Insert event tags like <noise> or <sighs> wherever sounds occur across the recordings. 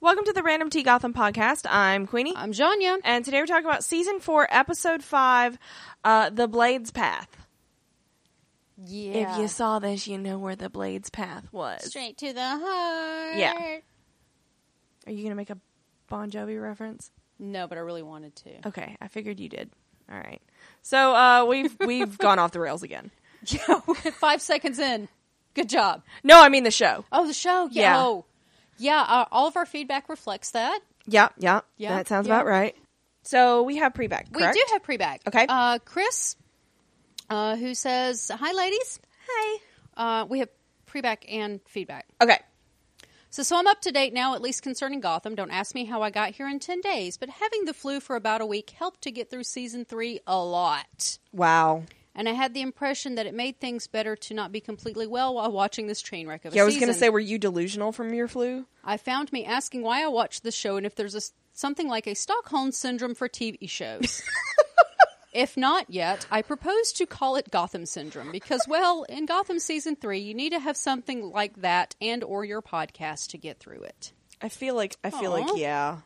Welcome to the Random Tea Gotham podcast. I'm Queenie. I'm Janya. and today we're talking about season four, episode five, uh, The Blades Path. Yeah. If you saw this, you know where the Blades Path was. Straight to the heart. Yeah. Are you going to make a Bon Jovi reference? No, but I really wanted to. Okay, I figured you did. All right. So uh, <laughs> we've we've gone off the rails again. <laughs> Five seconds in. Good job. No, I mean the show. Oh, the show. Yeah. Yeah. Oh. Yeah. Uh, all of our feedback reflects that. Yeah, yeah, Yeah, That sounds yeah. about right. So we have pre-back. We do have pre-back. Okay. Uh, Chris, uh, who says, Hi, ladies. Hi. Uh, we have pre-back and feedback. Okay. So, so I'm up to date now, at least concerning Gotham. Don't ask me how I got here in 10 days, but having the flu for about a week helped to get through season three a lot. Wow. And I had the impression that it made things better to not be completely well while watching this train wreck of a Yeah, I was season. going to say, were you delusional from your flu? I found me asking why I watched the show and if there's a, s- something like a Stockholm syndrome for <laughs> TV shows. if not yet, I propose to call it Gotham syndrome because, well, in Gotham season three, you need to have something like that and or your podcast to get through it. I feel like I feel Aw. like yeah,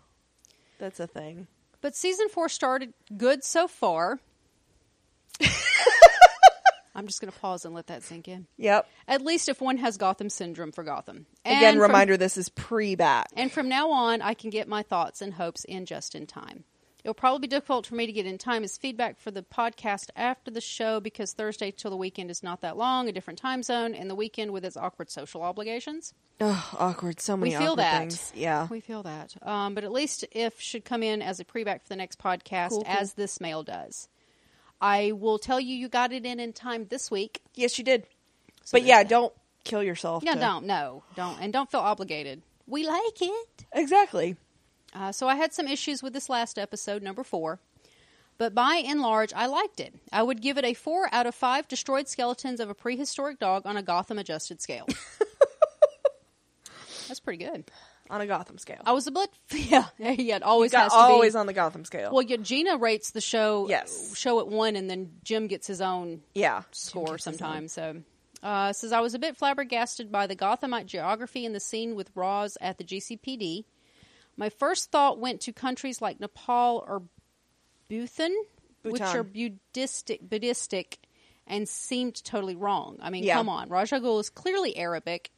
that's a thing. But season four started good so <laughs> far. I'm just going to pause and let that sink in. Yep. At least if one has Gotham syndrome for Gotham. And Again, from- reminder: this is pre-back. And from now on, I can get my thoughts and hopes in just in time. It'll probably be difficult for me to get in time as feedback for the podcast after the show because Thursday till the weekend is not that long, a different time zone, and the weekend with its awkward social obligations. Ugh, awkward. So many We feel awkward that. things. Yeah. We feel that. Um, but at least if should come in as a preback for the next podcast, Cool, cool. as this mail does. I will tell you, you got it in in time this week. Yes, you did. So but yeah, there's that. don't kill yourself. No, to- don't. No, don't. And don't feel obligated. We like it. Exactly. Uh, so I had some issues with this last episode, number four. But by and large, I liked it. I would give it a four out of five destroyed skeletons of a prehistoric dog on a Gotham <laughs> adjusted scale. That's pretty good. On a Gotham scale. I was a bit, <laughs> yeah, yeah. It always Got- has to always be. on the Gotham scale. well, yeah, Gina rates the show, Yes. show at one, and then Jim gets his own yeah. score sometimes. So uh, says I was a bit flabbergasted by the Gothamite geography in the scene with Roz at the GCPD. My first thought went to countries like Nepal or Bhutan, which Bhutan. are Buddhistic, Buddhistic, and seemed totally wrong. I mean, Yeah. come on, Rajagul is clearly Arabic,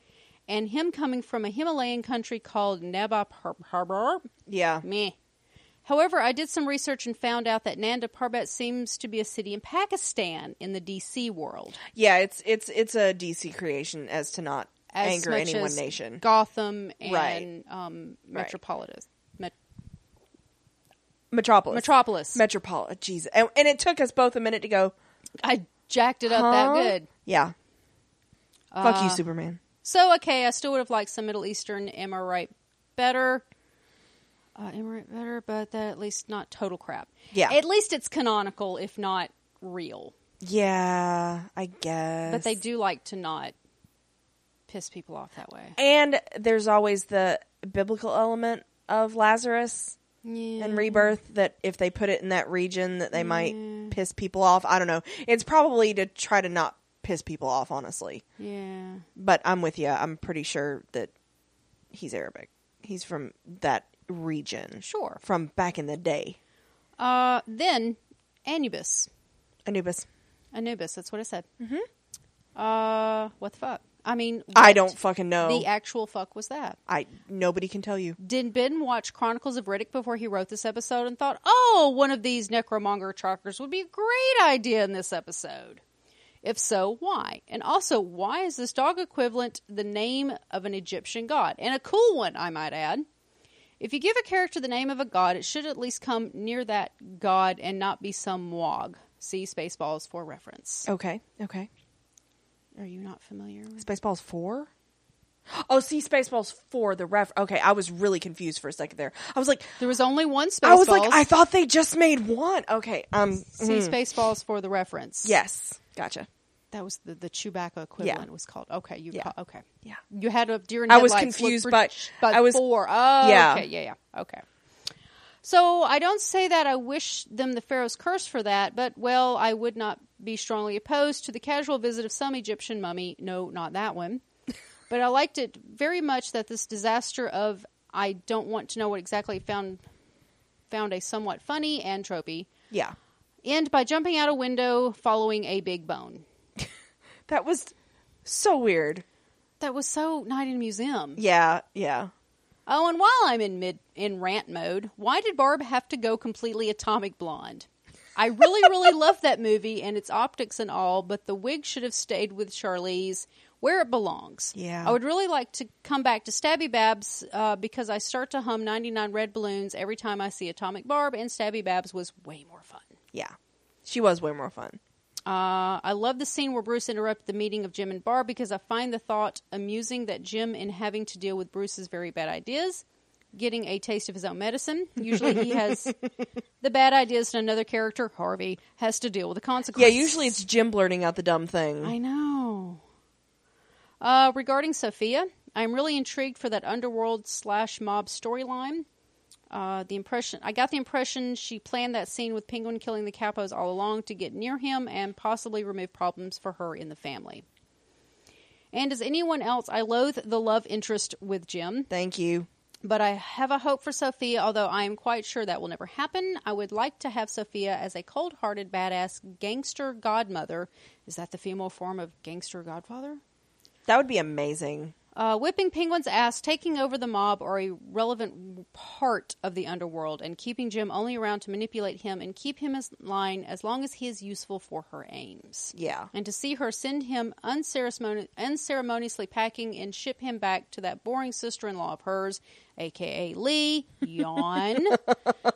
and him coming from a Himalayan country called Nabab Harbor, Yeah. Meh. However, I did some research and found out that Nanda Parbat seems to be a city in Pakistan in the DC world. Yeah. It's it's it's a DC creation as to not As anger much any one as nation. Gotham and Right. um, Right. Metropolitan. Met- Metropolis. Metropolis. Metropolis. Jesus. And, and it took us both a minute to go. I jacked it up huh? that good. Uh, Yeah. Fuck you, Superman. So, okay, I still would have liked some Middle Eastern, am I right, better. Uh, am I right, better, but that at least not total crap. Yeah. At least it's canonical, if not real. Yeah, I guess. But they do like to not piss people off that way. And there's always the biblical element of Lazarus Yeah. and rebirth that if they put it in that region that they might Mm. piss people off. I don't know. It's probably to try to not piss people off, honestly. Yeah. But I'm with you. I'm pretty sure that he's Arabic. He's from that region. Sure. From back in the day. Uh, then Anubis, Anubis. Anubis. That's what I said. Mm-hmm. Uh, what the fuck? I mean, I what don't fucking know. The actual fuck was that? I nobody can tell you. Did Ben watch Chronicles of Riddick before he wrote this episode and thought, oh, one of these necromonger truckers would be a great idea in this episode? If so, why? And also, why is this dog equivalent the name of an Egyptian god? And a cool one, I might add. If you give a character the name of a god, it should at least come near that god and not be some wog. See Spaceballs for reference. Okay. Okay. Are you not familiar with Spaceballs four? Oh, see, Spaceballs four. The ref. Okay, I was really confused for a second there. I was like, There was only one Spaceballs. I was like, I thought they just made one. Okay, um, See Spaceballs for the reference. yes, gotcha. That was the, the Chewbacca equivalent was called. Okay, you Yeah. ca- okay. Yeah. You had a deer in I was headlights look confused for- by- by I was- four. Oh, Yeah. okay, yeah, yeah. Okay. So I don't say that I wish them the Pharaoh's curse for that, but well, I would not be strongly opposed to the casual visit of <laughs> some Egyptian mummy. No, not that one. but I liked it very much that this disaster of I don't want to know what exactly found found a somewhat funny and tropey. Yeah. End by jumping out a window following a big bone. That was so weird. That was so night in a museum. Yeah, yeah. Oh, and while I'm in mid in rant mode, why did Barb have to go completely atomic blonde? I really, really love that movie and its optics and all, but the wig should have stayed with Charlize where it belongs. Yeah. I would really like to come back to Stabby Babs uh, because I start to hum 99 Red Balloons every time I see Atomic Barb, and Stabby Babs was way more fun. Yeah. She was way more fun. Uh, I love the scene where Bruce interrupted the meeting of Jim and Barb because I find the thought amusing that Jim, in having to deal with Bruce's very bad ideas, getting a taste of his own medicine. Usually, <laughs> he has the bad ideas, and another character, Harvey, has to deal with the Yeah, consequences. usually it's Jim blurting out the dumb thing. I know. Uh, regarding Sophia, I'm really intrigued for that underworld slash mob storyline. Uh, the impression I got the impression she planned that scene with Penguin killing the capos all along to get near him and possibly remove problems for her in the family. And as anyone else, I loathe the love interest with Jim, Thank you. but I have a hope for Sophia, although I am quite sure that will never happen. I would like to have Sophia as a cold hearted, badass gangster godmother. Is that the female form of gangster godfather? That would be amazing. Uh, whipping Penguin's ass, taking over the mob, are a relevant part of the underworld, and keeping Jim only around to manipulate him and keep him in line as long as he is useful for her aims. Yeah. And to see her send him unceremoni- unceremoniously packing and ship him back to that boring sister in law of hers, aka Lee, yawn,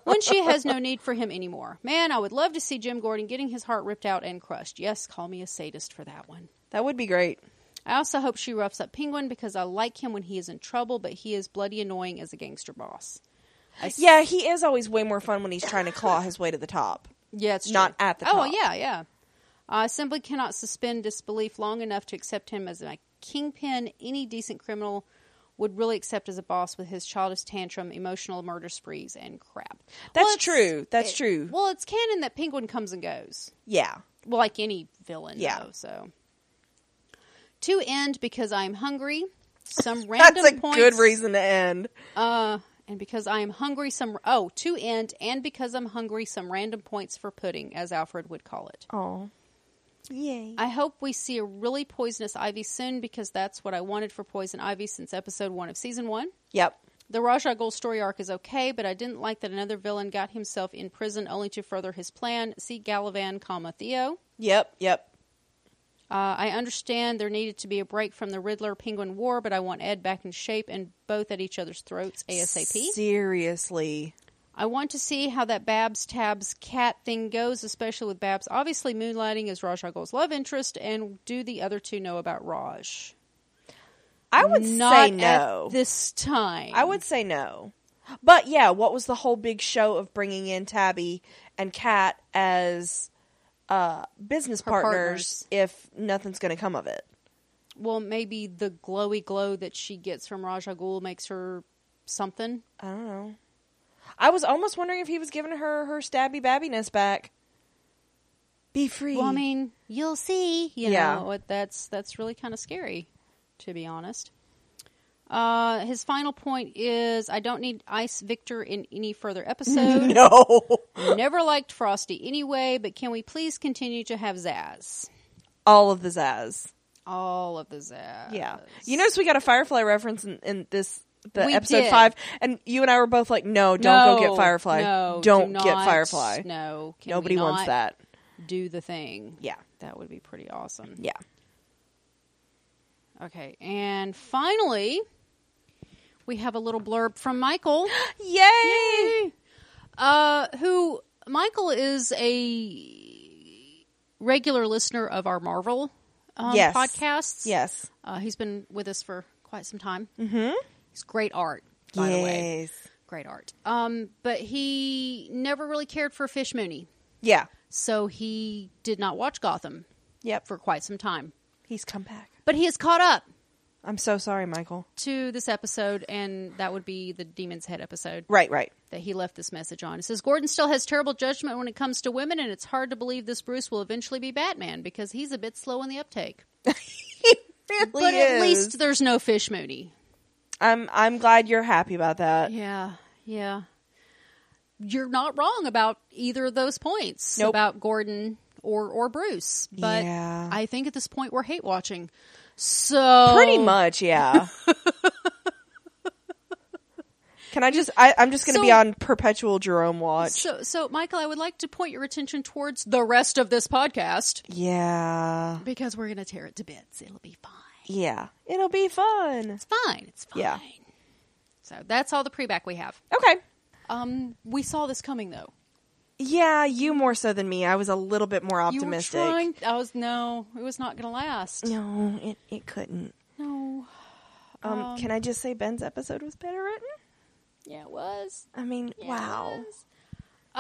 when she has no need for him anymore. Man, I would love to see Jim Gordon getting his heart ripped out and crushed. Yes, call me a sadist for that one. That would be great. I also hope she roughs up Penguin because I like him when he is in trouble, but he is bloody annoying as a gangster boss. I s- Yeah, he is always way more fun when he's trying to claw his way to the top. yeah, it's not true. at the Oh, top. yeah, yeah. I simply cannot suspend disbelief long enough to accept him as my kingpin. Any decent criminal would really accept as a boss with his childish tantrum, emotional murder sprees, and crap. That's it's- true. That's it- true. Well, it's canon that Penguin comes and goes. Yeah. well, like any villain, Yeah. though, so to end because I'm hungry. Some <laughs> random That's a points, good reason to end. Uh, and because I am hungry, some oh to end, and because I'm hungry, some random points for pudding, as Alfred would call it. Oh. Yay. I hope we see a really poisonous ivy soon because that's what I wanted for poison ivy since episode one of season one. Yep. The Rajah Ghul story arc is okay, but I didn't like that another villain got himself in prison only to further his plan. See Gallivan, comma Theo. Yep. Yep. Uh, I understand there needed to be a break from the Riddler Penguin War, but I want Ed back in shape and both at each other's throats ASAP. Seriously. I want to see how that Babs Tabs cat thing goes, especially with Babs obviously moonlighting as Raj Agul's love interest, and do the other two know about Raj? I would Not say at no. this time. I would say no. But yeah, what was the whole big show of bringing in Tabby and Kat as uh, business Her partners, partners. if nothing's going to come of it? Well, maybe the glowy glow that she gets from Raj Agul makes her something. I don't know. I was almost wondering if he was giving her her stabby babbiness back. Be free. Well, I mean, you'll see. You Yeah. know, what- that's that's really kind of scary, to be honest. Uh, his final point is: I don't need Ice Victor in any further episode. <laughs> no. Never liked Frosty anyway, but can we please continue to have Zaz? All of the Zaz. All of the Zaz. Yeah. You notice we got a Firefly reference in, in this the We episode did. five, and you and I were both like, "No, don't go No, get Firefly. no, do don't get not. Firefly. No, can we Nobody wants not that." Do the thing. Yeah. that would be pretty awesome. Yeah. Okay, and finally, we have a little blurb from Michael. Yay! Uh, who Michael is a regular listener of our Marvel um, Yes. podcasts. Yes. uh, he's been with us for quite some time. Mm-hmm. He's great art, by the way, great art. Um, but he never really cared for Fish Mooney, Yeah. so he did not watch Gotham Yep. for quite some time. He's come back. But he is caught up I'm so sorry, Michael. to this episode, and that would be the Demon's Head episode. Right, right. that he left this message on. It says Gordon still has terrible judgment when it comes to women, and it's hard to believe this Bruce will eventually be Batman because he's a bit slow in the uptake. Really but at is. least there's no Fish Mooney. I'm I'm glad you're happy about that. Yeah, yeah. You're not wrong about either of those points Nope. about Gordon or or Bruce, but Yeah. I think at this point we're hate watching. So Pretty much, <laughs> yeah. Can I just? I, I'm just going to be So- on perpetual Jerome watch. So so Michael, I would like to point your attention towards the rest of this podcast Yeah, because we're going to tear it to bits. It'll be fine. yeah. It'll be fun. It's fine. It's fine. Yeah. So that's all the pre-back we have. Okay. Um, we saw this coming though. Yeah, you more so than me. I was a little bit more optimistic. You were trying. I was no. It was not going to last. No, it it couldn't. No. Um, can I just say Ben's episode was better written? Yeah, it was. I mean, Yeah, it wow. was.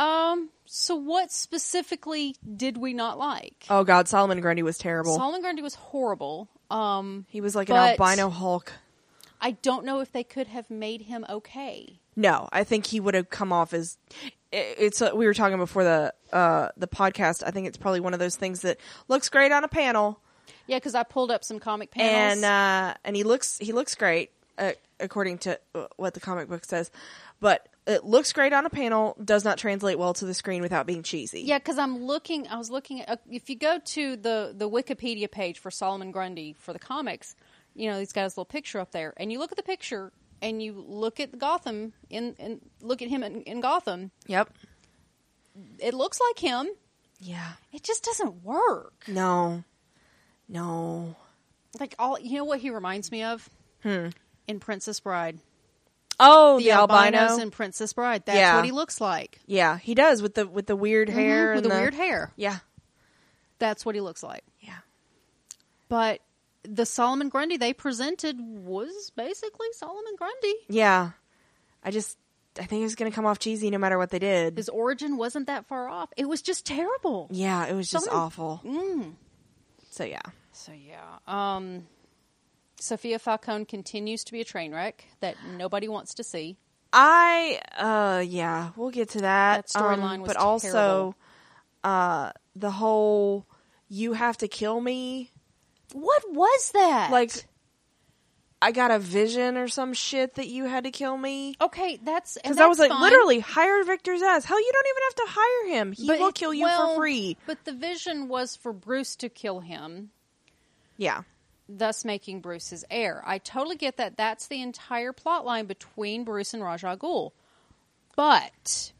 Um. So what specifically did we not like? Oh God, Solomon Grundy was terrible. Solomon Grundy was horrible. Um. he was like an But- albino Hulk. I don't know if they could have made him okay. No, I think he would have come off as it- it's. uh, We were talking before the uh, the podcast. I think it's probably one of those things that looks great on a panel, Yeah, because I pulled up some comic panels. and uh, and he looks he looks great uh, according to uh, what the comic book says, but it looks great on a panel does not translate well to the screen without being cheesy. Yeah, because I'm looking. I was looking at uh, if you go to the the Wikipedia page for Solomon Grundy for the comics. You know, he's got his little picture up there, and you look at the picture, and you look at Gotham, in and look at him in, in Gotham. Yep. It looks like him. Yeah. It just doesn't work. No. No. Like all, you know what he reminds me of? In Princess Bride, Oh, the, Hmm. the albino. albinos in Princess Bride. That's Yeah. what he looks like yeah, he does with the with the weird hair Mhm, with and the weird hair. Yeah. That's what he looks like. Yeah. But the Solomon Grundy they presented was basically Solomon Grundy. Yeah. I just I think it was going to come off cheesy no matter what they did. His origin wasn't that far off. It was just terrible. yeah, it was just Someone- awful. Mm. So yeah. So yeah. Um Sophia Falcone continues to be a train wreck that nobody wants to see. I uh yeah, we'll get to that. Um, That storyline was but also terrible. uh the whole you have to kill me What was that? like I got a vision or some shit that you had to kill me. okay, that's and Because I was that's like, fine, literally, hire Victor's ass. Hell, you don't even have to hire him. He but will it- kill you well, for free. But the vision was for Bruce to kill him, Yeah. thus making Bruce his heir. I totally get that. That's the entire plot line between Bruce and Rajah Ghul. But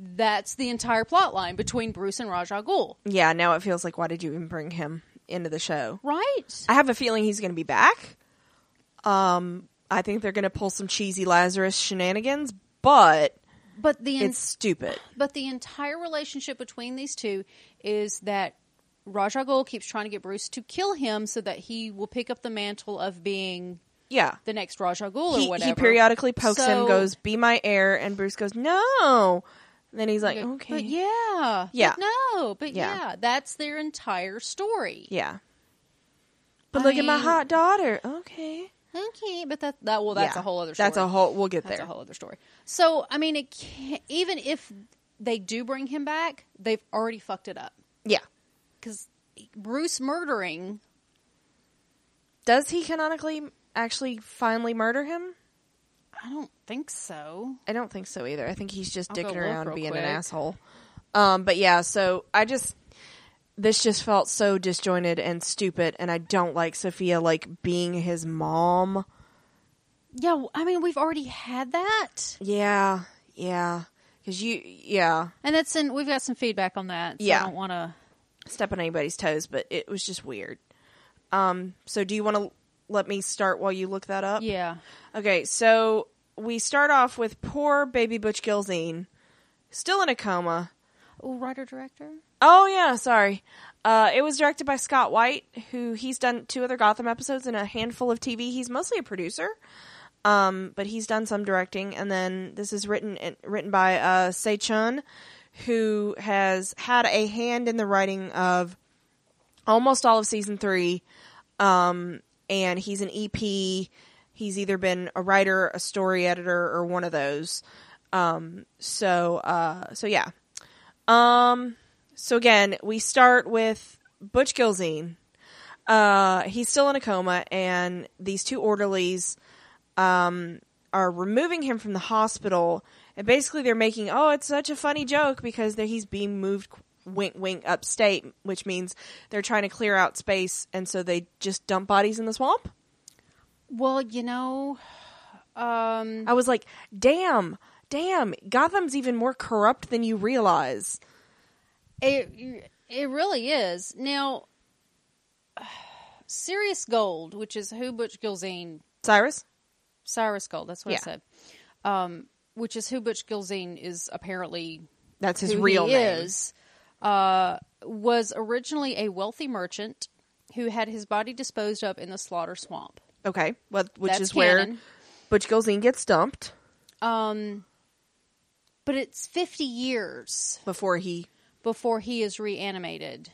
that's the entire plot line between Bruce and Rajah Ghul, Yeah, now it feels like, why did you even bring him into the show? right? I have a feeling he's going to be back. Um, I think they're going to pull some cheesy Lazarus shenanigans, but But the en- it's stupid. but the entire relationship between these two is that Rajah Ghul keeps trying to get Bruce to kill him so that he will pick up the mantle of being Yeah. the next Rajah Ghul He, or whatever. he periodically pokes him, So- goes, be my heir, and Bruce goes, no. And then he's like, okay. But yeah, Yeah. but no, but Yeah. yeah. that's their entire story. Yeah. But I look at my mean- hot daughter. Okay. Okay, but that that well, that's Yeah. a whole other. story. That's a whole, we'll get That's there. a whole other story. So I mean, it can't, even if they do bring him back, they've already fucked it up yeah. because Bruce murdering Does he canonically actually finally murder him? I don't think so. I don't think so either. I think he's just I'll go dicking look around real being quick. an asshole. Um, but yeah, so I just this just felt so disjointed and stupid, and I don't like Sophia like being his mom. Yeah, w- I mean, we've already had that, Yeah, yeah, because you yeah and that's in. We've got some feedback on that. So Yeah. I don't want to. step on anybody's toes, but it was just weird. Um, so do you want to let me start while you look that up? Yeah, Okay, so we start off with poor baby Butch Gilzine, still in a coma. oh, writer director. Oh yeah, sorry. Uh, it was directed by Scott White, who he's done two other Gotham episodes and a handful of TV. He's mostly a producer, um, but he's done some directing. And then this is written and written by uh, Se Chun, who has had a hand in the writing of almost all of season three. Um, and he's an EP. He's either been a writer, a story editor, or one of those. Um, so, uh, so yeah. Um, so again, we start with Butch Gilzine. Uh, he's still in a coma, and these two orderlies um, are removing him from the hospital, and basically they're making oh it's such a funny joke because they- he's being moved wink wink upstate, which means they're trying to clear out space, and so they just dump bodies in the swamp. Well, you know, um, I was like, damn, damn, Gotham's even more corrupt than you realize. it it really is. Now, <sighs> Sirius Gold, which is who Butch Gilzine Cyrus? Cyrus Gold, that's what Yeah. I said. Um, which is who Butch Gilzine is apparently That's his who real he name. is, uh, was originally a wealthy merchant who had his body disposed of in the slaughter swamp. Okay. Well, which That's is where canon. Butch Gilzine gets dumped Um, but it's 50 years before he. before he is reanimated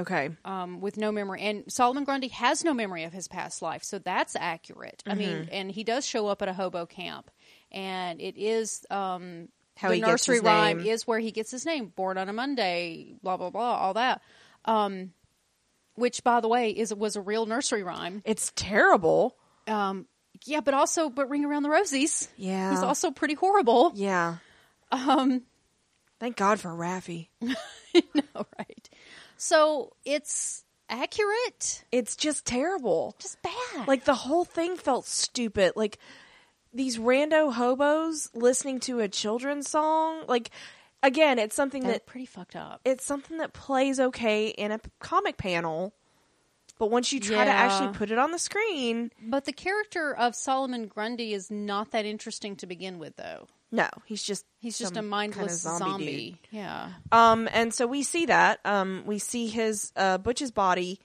Okay. um, with no memory. And Solomon Grundy has no memory of his past life, so that's accurate. I Mm-hmm. mean, and he does show up at a hobo camp, and it is um, How the he gets nursery his rhyme name. is where he gets his name, born on a Monday, blah blah blah, all that. Um, which, by the way, is was a real nursery rhyme. It's terrible. Um, yeah, but also, but Ring Around the Rosies, Yeah. was also pretty horrible. <laughs> Yeah. Um, Thank God for Raffi. all right, so it's accurate, It's just terrible. just bad. Like the whole thing felt stupid. Like these rando hobos listening to a children's song. Like again, it's something They're that pretty fucked up. it's something that plays okay in a p- comic panel, but once you try to Yeah. actually put it on the screen, But the character of Solomon Grundy is not that interesting to begin with, though. no, he's just He's just some a kinda mindless zombie. dude. Yeah. Um, and so we see that. Um, we see his uh, Butch's body.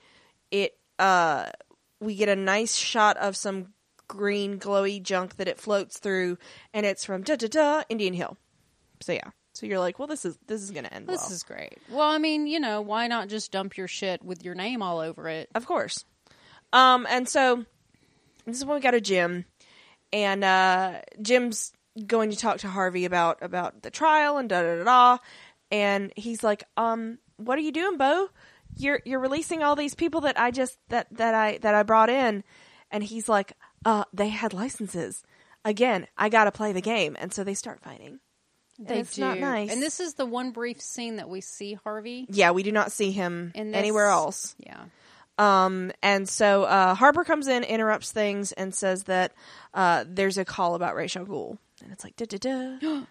It uh, we get a nice shot of some green glowy junk that it floats through, and it's from da da da Indian Hill. So yeah, so you're like, well, this is this is gonna end This well, is great. Well, I mean, you know, why not just dump your shit with your name all over it? of course. Um, and so this is when we got to Jim, and uh, Jim's going to talk to Harvey about about the trial and da da da da, and he's like, um, what are you doing, Bo? You're you're releasing all these people that I just that that I that I brought in, and he's like, uh, they had licenses. Again, I gotta play the game, and so they start fighting. And They it's not do. nice. And this is the one brief scene that we see Harvey. yeah, we do not see him In this, anywhere else. Yeah. Um, and so uh, Harper comes in, interrupts things, and says that uh, there's a call about Rachel Ghoul. And it's like, da da da.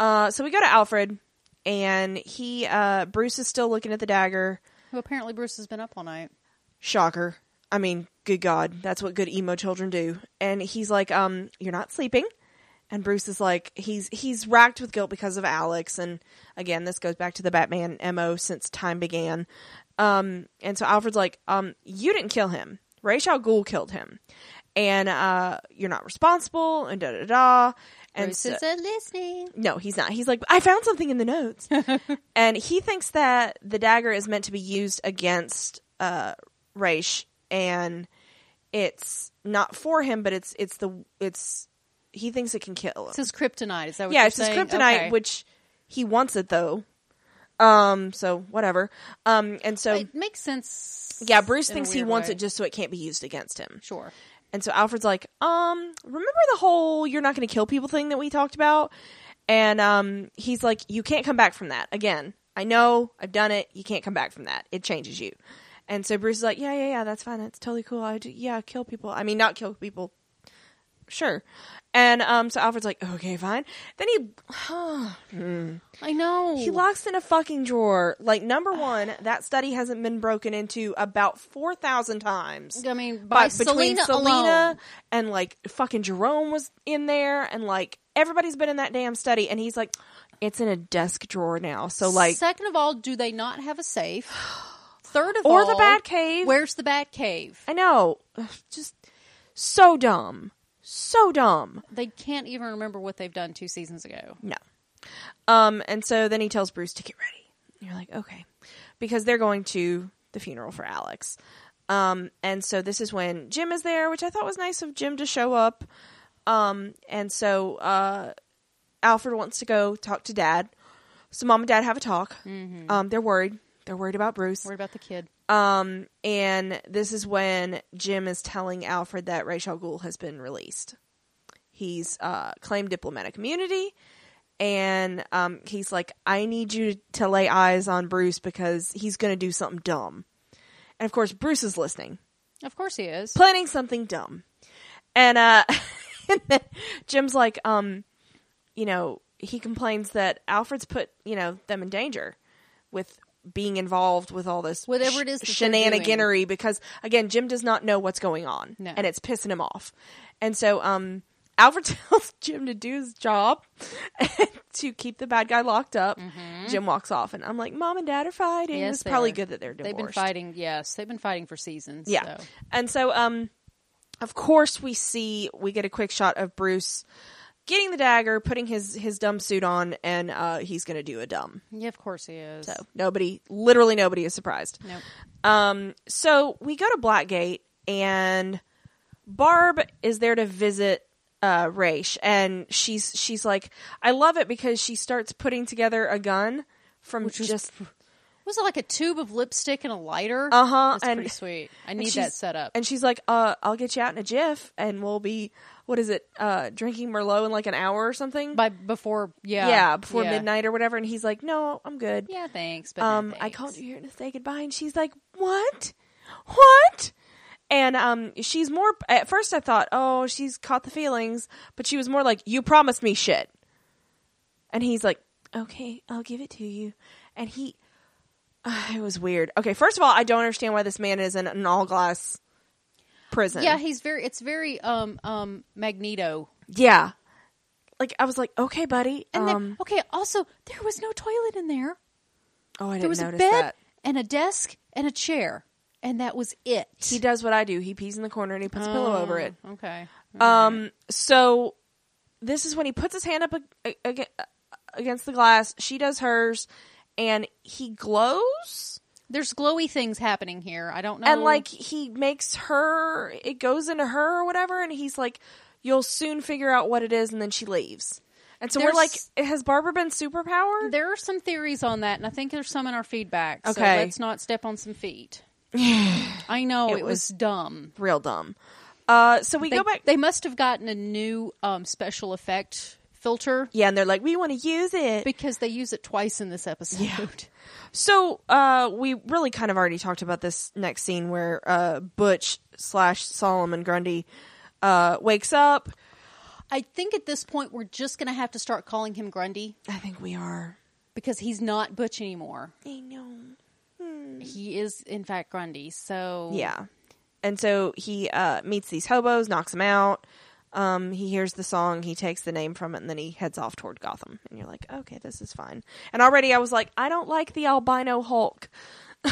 Uh, so we go to Alfred, and he, uh, Bruce is still looking at the dagger. Who apparently Bruce has been up all night. Shocker. I mean, good God, that's what good emo children do. And he's like, um, you're not sleeping. And Bruce is like, he's he's racked with guilt because of Alex. And again, this goes back to the Batman mo since time began. Um, and so Alfred's like, um, you didn't kill him. Ra's al Ghul killed him, and uh, you're not responsible. And da da da. And Bruce so- is a listening. no, he's not. He's like, I found something in the notes. <laughs> and he thinks that the dagger is meant to be used against uh Raish and it's not for him, but it's it's the it's he thinks it can kill him. It's his kryptonite. Is that what yeah, you're it's his saying? kryptonite, Okay. which he wants it though. Um, so whatever. Um and so it makes sense. yeah, Bruce in a thinks he weird wants way. it just so it can't be used against him. Sure. And so Alfred's like, um, remember the whole you're not going to kill people thing that we talked about? And um, he's like, you can't come back from that. Again, I know I've done it. You can't come back from that. It changes you. And so Bruce is like, yeah, yeah, yeah, that's fine. That's totally cool. I do, yeah, kill people. I mean, not kill people. Sure. And um, so Alfred's like, okay, fine. Then he <sighs> I know. he locks in a fucking drawer. Like number one, that study hasn't been broken into about four thousand times. I mean, by But between Selena alone. and like fucking Jerome was in there, and like everybody's been in that damn study, and he's like, it's in a desk drawer now. So like, second of all, do they not have a safe? Third of Or all, the bat cave. Where's the bat cave? I know, Ugh, just so dumb, so dumb. They can't even remember what they've done two seasons ago. No. Um, and so then he tells Bruce to get ready. And you're like, okay, because they're going to the funeral for Alex. Um, and so this is when Jim is there, which I thought was nice of Jim to show up. Um, and so uh, Alfred wants to go talk to Dad. So mom and Dad have a talk. Um, they're worried. They're worried about Bruce. Worry about the kid. Um, and this is when Jim is telling Alfred that Rachel Ghoul has been released. He's uh, claimed diplomatic immunity, and um, he's like, "I need you to lay eyes on Bruce because he's going to do something dumb." And of course, Bruce is listening, Of course he is. planning something dumb, and uh, <laughs> and then Jim's like, um, you know, he complains that Alfred's put you know them in danger with being involved with all this Whatever it is sh- that they're doing. shenaniganery because again Jim does not know what's going on No. and it's pissing him off, and so um. Alfred <laughs> tells Jim to do his job <laughs> to keep the bad guy locked up. Jim walks off, and I'm like, "Mom and Dad are fighting. Mm-hmm. Yes, it's they probably are. good that they're divorced. They've been fighting. Yes, they've been fighting for seasons. Yeah. so. And so, um, of course, we see we get a quick shot of Bruce getting the dagger, putting his his dumb suit on, and uh, he's going to do a dumb. Yeah, of course he is. So nobody, literally nobody, is surprised. Nope. Um, so we go to Blackgate, and Barb is there to visit uh, Raish, and she's she's like, I love it because she starts putting together a gun from just Was it like a tube of lipstick and a lighter? Uh-huh, That's and- pretty sweet. I And need she's- that set up. And she's like, uh, I'll get you out in a jiff and we'll be, what is it, uh, drinking Merlot in like an hour or something? By before, yeah, yeah. before midnight or whatever. And he's like, no, I'm good. Yeah, thanks. But no um, I thanks. called you here to say goodbye. And she's like, what? What? And, um, she's more, at first I thought, oh, she's caught the feelings, but she was more like, you promised me shit. And he's like, okay, I'll give it to you. And he, <sighs> it was weird. Okay, first of all, I don't understand why this man is in an all glass prison. Yeah, he's very. It's very um um Magneto. Yeah. Like I was like, okay, buddy. um, And then okay, also there was no toilet in there. oh, I didn't There was a notice bed that. and a desk and a chair, and that was it. He does what I do. He pees in the corner and he puts a pillow over Oh. it. Okay. Um, so this is when he puts his hand up ag- ag- against the glass. She does hers, and he glows. There's glowy things happening here. I don't know. and like he makes her it goes into her or whatever and he's like you'll soon figure out what it is and then she leaves and so we're like There's- has barbara been superpowered there are some theories on that, and I think there's some in our feedback. So Okay. let's not step on <sighs> some feet. I know It it, was, dumb. real dumb uh so we They, go back they must have gotten a new um, special effect filter yeah and they're like we want to use it because they use it twice in this episode. so uh we really kind of already talked about this next scene where uh butch slash solomon grundy uh wakes up <laughs> I think at this point we're just going to have to start calling him Grundy i think we are because he's not Butch anymore. i know He is in fact Grundy. So Yeah. And so he uh, meets these hobos, knocks them out. Um, he hears the song, he takes the name from it, and then he heads off toward Gotham. And you're like, okay, this is fine. And already I was like, I don't like the albino Hulk. <laughs>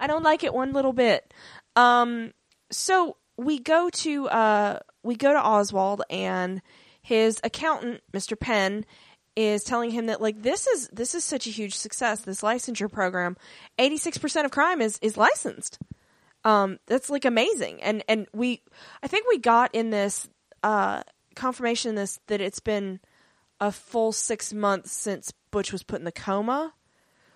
I don't like it one little bit. Um, so we go to uh, we go to Oswald, and his accountant, Mr. Penn, is telling him that like this is this is such a huge success. This licensure program, eighty six percent of crime is is licensed um that's like amazing and and we i think we got in this uh confirmation in this that it's been a full six months since butch was put in the coma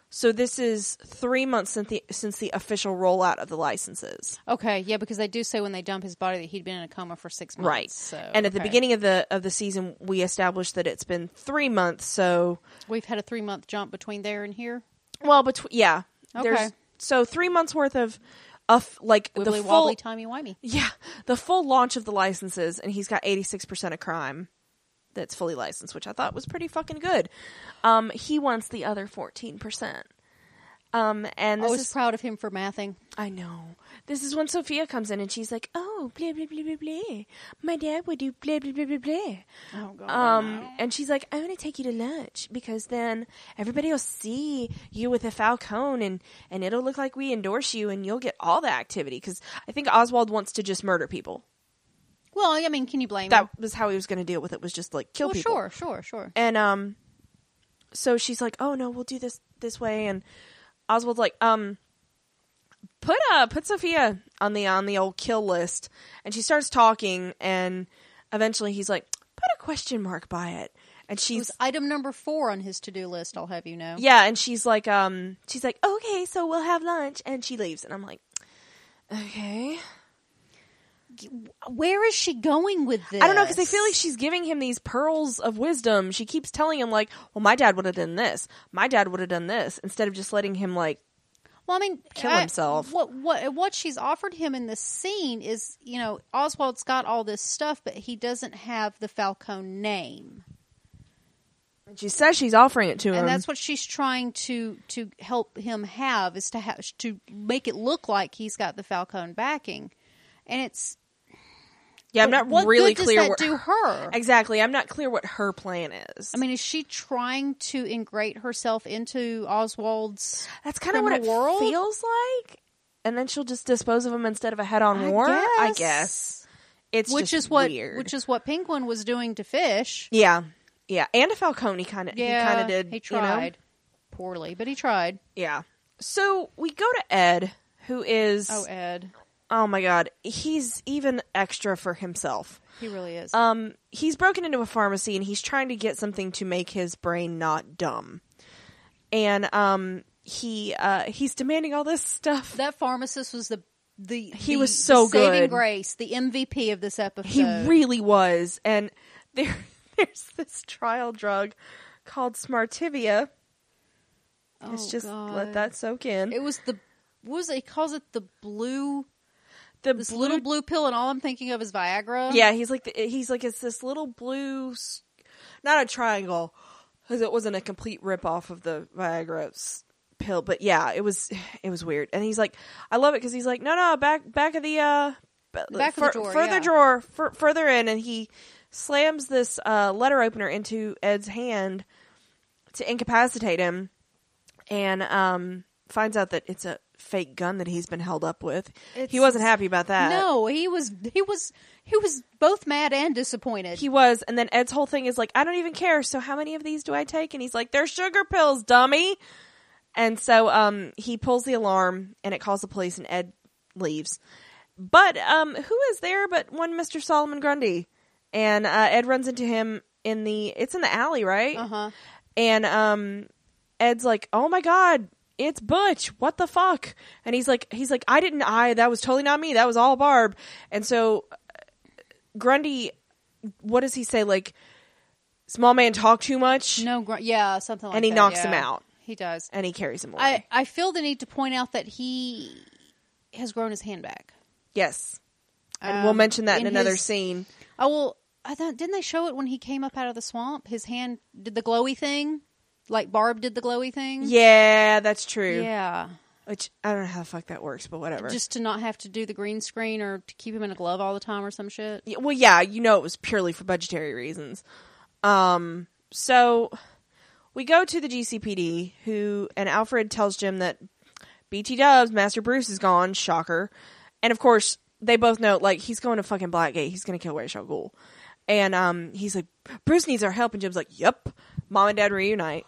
so this is three months since the since the official rollout of the licenses Okay, yeah, because they do say when they dump his body that he'd been in a coma for six months. right So, and at the okay. beginning of the of the season we established that it's been three months so we've had a three month jump between there and here. well between yeah Okay. so three months worth of of like Wibbly the full wobbly timey wimey. Yeah, the full launch of the licenses, and he's got 86% of crime that's fully licensed, which I thought was pretty fucking good. Um, he wants the other 14%. Um, and I this was is, proud of him for mathing. I know. This is when Sophia comes in and she's like, oh, blah, blah, blah, blah, blah. My dad would do blah, blah, blah, blah, blah. Oh god. Um, and she's like, I'm going to take you to lunch because then everybody will see you with a Falcone and, and it'll look like we endorse you and you'll get all the activity. Cause I think Oswald wants to just murder people. well, I mean, can you blame him? that was how he was going to deal with it was just like kill Well, people sure, sure, sure. and um so she's like oh no we'll do this this way and oswald's like um put uh put sophia on the on the old kill list and she starts talking and eventually he's like put a question mark by it and It she's was item number four on his to do list, I'll have you know. yeah, and she's like, um, she's like, okay, so we'll have lunch, and she leaves, and I'm like, okay, Where is she going with this? I don't know because I feel like she's giving him these pearls of wisdom. She keeps telling him like, well, my dad would have done this, my dad would have done this, instead of just letting him like, Well, I mean, kill I- himself. What what what she's offered him in this scene is, you know, Oswald's got all this stuff, but he doesn't have the Falcone name, and she says she's offering it to him, and that's what she's trying to to help him have is to have to make it look like he's got the Falcone backing, and it's yeah, I'm not what really good does clear that what do her. <laughs> exactly. I'm not clear what her plan is. I mean, is she trying to ingrate herself into Oswald's? That's kind of what it criminal world? feels like. And then she'll just dispose of him instead of a head-on war. I guess it's which just is what weird. which is what Penguin was doing to Fish. yeah, yeah. And a Falcone kind of he kind of did. He you know? tried poorly, but he tried. Yeah. So we go to Ed, who is Oh, oh, Ed, my god, he's even extra for himself. he really is. Um, he's broken into a pharmacy and he's trying to get something to make his brain not dumb, and um. He uh he's demanding all this stuff. that pharmacist was the the He the- was so the saving good. grace, the MVP of this episode. He really was. And there, <laughs> there's this trial drug called Smartivia. Let's Oh, just let God. that soak in. It was the what was it? He calls it the blue the this blue, little blue pill, and all I'm thinking of is Viagra. yeah, he's like the, he's like it's this little blue, s- not a triangle, because it wasn't a complete rip off of the Viagra s- pill. But yeah, it was it was weird. And he's like, I love it because he's like, no, no, back back of the uh, Back of the drawer, further yeah. drawer, fur- further in, and he slams this uh, letter opener into Ed's hand to incapacitate him, and um, finds out that it's a fake gun that he's been held up with. he It's- wasn't happy about that. No, he was he was he was both mad and disappointed. He was, and then Ed's whole thing is like, I don't even care. So how many of these do I take? And he's like, they're sugar pills, dummy. And so um, he pulls the alarm, and it calls the police, and Ed leaves. But um, who is there but one Mister Solomon Grundy? And uh, Ed runs into him in the it's in the alley, right? uh-huh. And um, Ed's like, "Oh my god, it's Butch! What the fuck?" And he's like, "He's like, I didn't. I that was totally not me. That was all Barb." And so uh, Grundy, what does he say? Like, small man talk too much, No, gr- yeah, something like that. And he knocks yeah. him out. He does. and he carries him away. I I feel the need to point out that he has grown his hand back. yes, and Um, we'll mention that in, in another his- scene. Oh well, I thought didn't they show it when he came up out of the swamp? His hand did the glowy thing, like Barb did the glowy thing. Yeah, that's true. Mhm. yeah. Which I don't know how the fuck that works, but whatever. Just to not have to do the green screen or to keep him in a glove all the time or <laughs> some shit. Yeah, well yeah you know it was purely for budgetary reasons um so we go to the gcpd who and alfred tells jim that bt dubs master bruce is gone shocker and of course they both know like he's going to fucking blackgate he's going to kill rachel Ghoul. and um he's like bruce needs our help and jim's like yep mom and dad reunite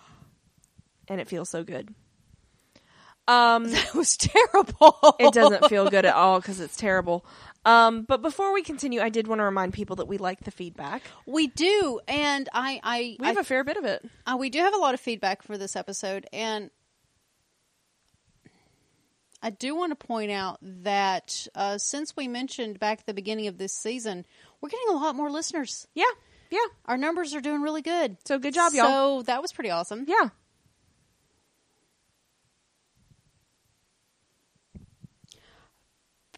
and it feels so good um That was terrible. it <laughs> doesn't feel good at all because it's terrible. Um, but before we continue, I did want to remind people that we like the feedback. We do, and I, I, We have a fair bit of it. I- uh, we do have a lot of feedback for this episode, and I do want to point out that uh, since we mentioned back at the beginning of this season, we're getting a lot more listeners. Yeah, yeah. Our numbers are doing really good. So good job, y'all. So that was pretty awesome. Yeah,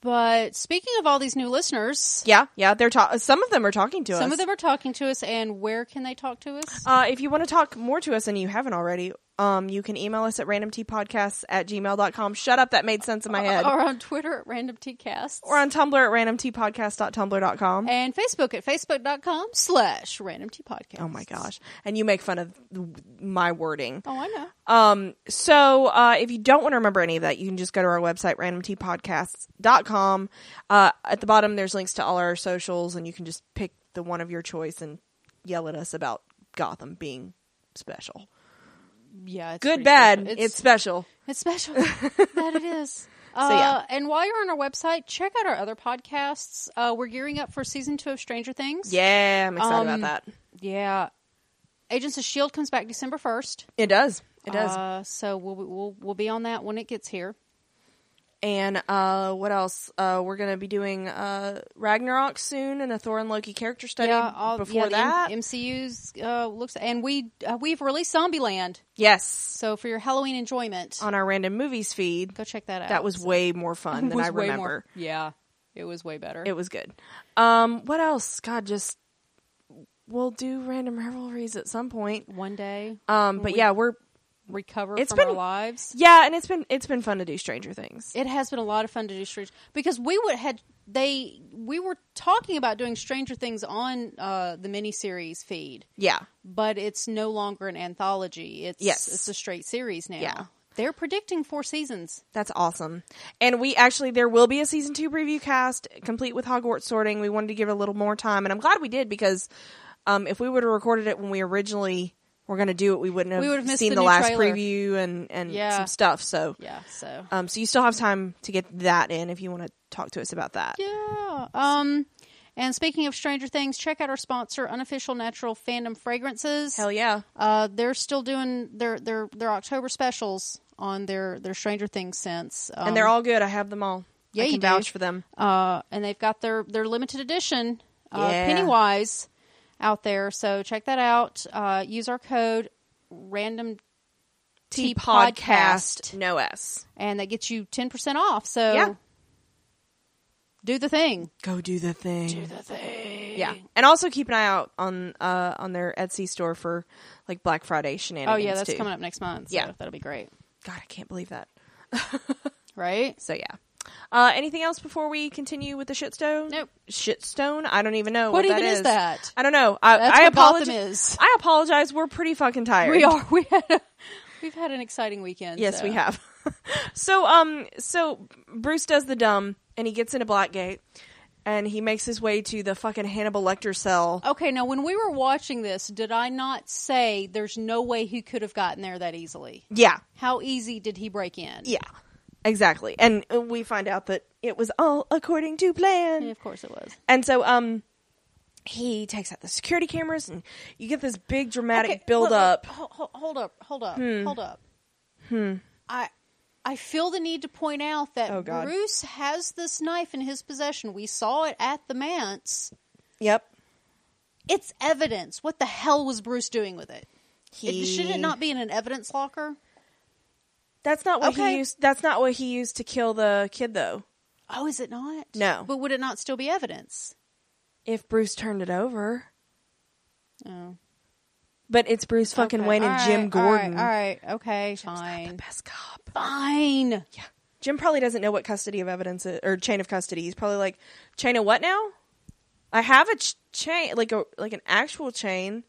But speaking of all these new listeners, yeah, yeah. They're ta- some of them are talking to us. some of them are talking to us, and where can they talk to us? Uh, if you want to talk more to us and you haven't already, um, you can email us at randomtpodcasts at gmail.com. Shut up, that made sense in my <laughs> head. Or on Twitter at Random Tea Casts. Or on Tumblr at randomtpodcast.tumblr.com. and Facebook at facebook.com slash Random Tea Podcast. Oh my gosh. And you make fun of my wording. Oh, I know. Um, so uh, if you don't want to remember any of that, you can just go to our website, randomtpodcasts.com. Uh, at the bottom, there's links to all our socials, and you can just pick the one of your choice and yell at us about Gotham being special. Yeah. It's Good, pretty bad, special. it's, special. It's <laughs> special. that it is. Uh, yeah. And while you're on our website, check out our other podcasts. Uh, we're gearing up for season two of Stranger Things. Yeah, I'm excited Um, about that. Yeah. Agents of Shield E comes back December first. It does. It does. Uh, so we'll, we'll we'll be on that when it gets here. and uh, what else? Uh, we're gonna be doing uh, Ragnarok soon and a Thor and Loki character study all- before the M- that. MCU's uh, looks, and we uh, we've released Zombieland. yes, So for your Halloween enjoyment, on our random movies feed. go check that out. Uh, That was way more <laughs> fun than Was I way remember. more- yeah, it was way better. It was good. Um, what else? God, just we'll do random revelries at some point. One day, Um, but yeah, we're recover It's from our been- lives. yeah, and it's been it's been fun to do Stranger Things. It has been a lot of fun to do Stranger because we would had they we were talking about doing Stranger Things on uh, the miniseries feed, yeah, but it's no longer an anthology. It's Yes. it's a straight series now. Yeah. They're predicting four seasons. that's awesome. And we actually there will be a season two preview cast complete with Hogwarts sorting. We wanted to give it a little more time, and I'm glad we did because um, if we would have recorded it when we originally were going to do it, we wouldn't have, We would have missed seen the the, new last trailer. preview and and Yeah. some stuff. So Yeah, so um, so you still have time to get that in if you want to talk to us about that. Yeah. Um and speaking of Stranger Things, check out our sponsor, Unofficial Natural Fandom Fragrances. Hell yeah. Uh, they're still doing their their their October specials on their their Stranger Things scents. Um, and they're all good. I have them all. Yeah, I can you do. vouch for them. uh, and they've got their their limited edition uh, Yeah. Pennywise out there. So check that out. Uh, use our code random T podcast no s. and that gets you 10% off. So Yeah. do the thing. Go do the thing. the thing. yeah, and also keep an eye out on uh on their Etsy store for like Black Friday shenanigans. Oh yeah, that's too. coming up next month. So Yeah. that'll be great. God, I can't believe that. Right? So yeah. Uh, anything else before we continue with the shitstone? Nope. Shitstone? I don't even know What what, even that is that? I don't know. I, That's I what Gotham apologize. is. I apologize. We're pretty fucking tired. <laughs> We are. We had a, we've had an exciting weekend. Yes, so. we have. <laughs> so, um, so Bruce does the dumb, and he gets into Blackgate, and he makes his way to the fucking Hannibal Lecter cell. Okay, now when we were watching this, did I not say there's no way he could have gotten there that easily? Yeah, How easy did he break in? yeah, exactly. And uh, we find out that it was all according to plan. Yeah, Of course it was. And so, um, he takes out the security cameras, and you get this big dramatic Okay, build wait, wait, up. Hmm. ho- ho- Hold up. Hold up. Hold up. I I feel the need to point out that Oh, God. Bruce has this knife in his possession. We saw it at the manse. Yep, It's evidence. What the hell was Bruce doing with it? he It, should it not be in an evidence locker? That's not what Okay. he used. That's not what he used to kill the kid, though. Oh, is it not? No. But would it not still be evidence? If Bruce turned it over, Oh. but it's Bruce fucking Wayne and Jim Gordon. All right, okay, Not the fine. best cop. Fine. Yeah. Jim probably doesn't know what custody of evidence is, or chain of custody. He's probably like, chain of what now? I have a ch- chain, like a like an actual chain.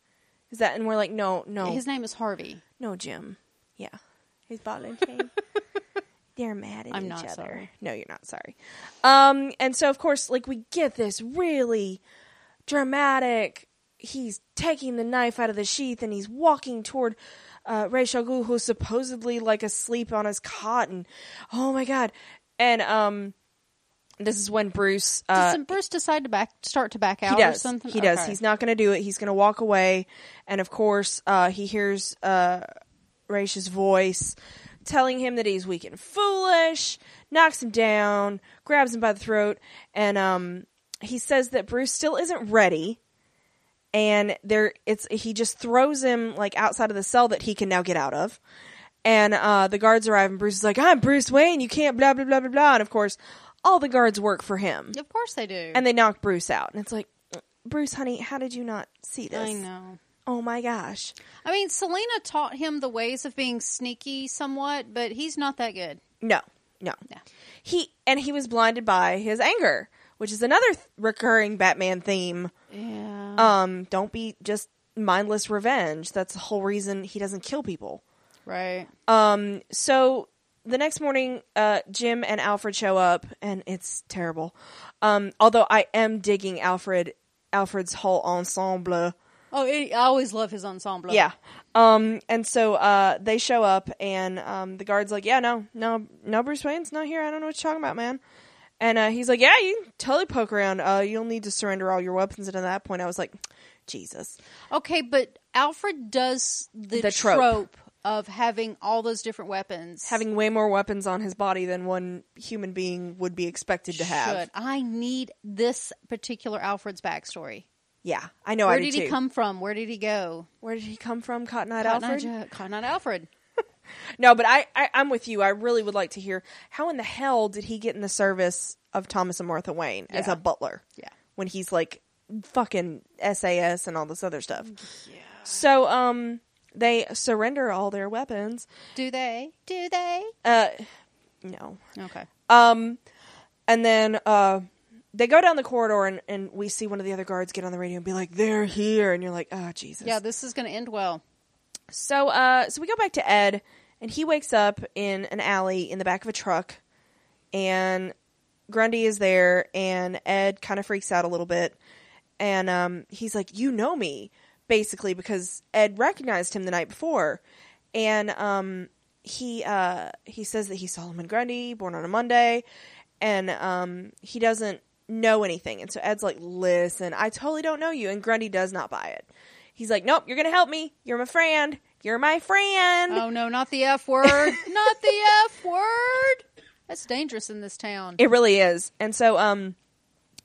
Is that? And we're like, no, no, His name is Harvey. no, Jim. Yeah, his ball and <laughs> chain. They're mad at I'm each not other. sorry. No, you're not sorry. Um, and so of course, like we get this really dramatic. He's taking the knife out of the sheath and he's walking toward uh, Ray Shagul, who's supposedly like asleep on his cot. And oh my god! And um, this is when Bruce uh, Doesn't Bruce decide to back start to back out he does. or something? He does. Okay. He's not going to do it. He's going to walk away. And of course, uh, he hears uh, Raish's voice telling him that he's weak and foolish, knocks him down, grabs him by the throat, and um, he says that Bruce still isn't ready. And there, it's he just throws him like outside of the cell that he can now get out of, and uh, the guards arrive, and Bruce is like, "I'm Bruce Wayne. You can't blah blah blah blah blah." And of course, all the guards work for him Of course they do. and they knock Bruce out. And it's like, Bruce, honey, how did you not see this? I know. Oh my gosh. I mean, Selena taught him the ways of being sneaky somewhat, but he's not that good. No, no, No. He and he was blinded by his anger, which is another th- recurring Batman theme. Yeah. Um, don't be just mindless revenge. That's the whole reason he doesn't kill people. right. Um, so the next morning, uh, Jim and Alfred show up, and it's terrible. Um, although I am digging Alfred, Alfred's whole ensemble. Oh, it, I always love his ensemble. Yeah. Um, and so uh, they show up, and um, the guard's like, "Yeah, no, no, no, Bruce Wayne's not here. I don't know what you're talking about, man." And uh, he's like, "Yeah, you can totally poke around. Uh, you'll need to surrender all your weapons." And at that point, I was like, "Jesus." Okay, but Alfred does the, The trope. trope. of having all those different weapons. having way more weapons on his body than one human being would be expected to have. Should. I need this particular Alfred's backstory. Yeah, I know. I Where do did he too. come from? Where did he go? Where did he come from? Cotton Eye Cotton Eye Alfred? Joe- Cotton Eye Alfred. No, but I, I I'm with you. I really would like to hear how in the hell did he get in the service of Thomas and Martha Wayne as Yeah. a butler Yeah. when he's like fucking SAS and all this other stuff. Yeah. So um they surrender all their weapons. Do they? Do they? Uh no. Okay. Um, and then uh, they go down the corridor, and, and we see one of the other guards get on the radio and be like, "They're here," and you're like, "Oh Jesus!" Yeah, this is going to <laughs> end well. So uh, so we go back to Ed, and he wakes up in an alley in the back of a truck, and Grundy is there, and Ed kind of freaks out a little bit, and um, he's like, "You know me," basically because Ed recognized him the night before, and um, he uh, he says that he's Solomon Grundy, born on a Monday, and um, he doesn't know anything, and so Ed's like, "Listen, I totally don't know you," and Grundy does not buy it. He's like, "Nope, you're gonna help me. You're my friend. You're my friend." Oh no, not the <laughs> F word. not the F word. That's dangerous in this town. It really is. And so, um,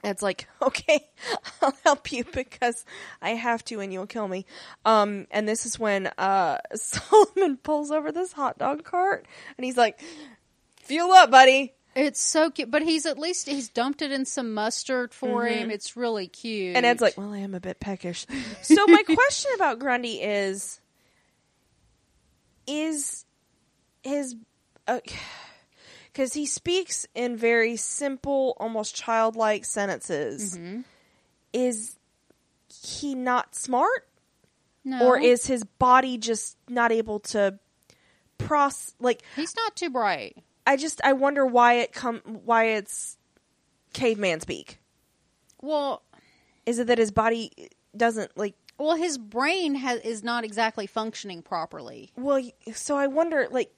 it's like, <laughs> okay, I'll help you because I have to and you'll kill me. Um, and this is when, uh, <laughs> Solomon pulls over this hot dog cart and he's like, fuel up, buddy. It's so cute, but he's at least he's dumped it in some mustard for him. It's really cute. Mm-hmm. And Ed's like, well, I am a bit peckish. So my question about Grundy is, is his, because he speaks in very simple, almost childlike sentences. Is he not smart, no, or is his body just not able to process? Like, he's not too bright? I just I wonder why it come why it's caveman speak. Well, Is it that his body doesn't like well, his brain has is not exactly functioning properly. Well, y- so I wonder, like,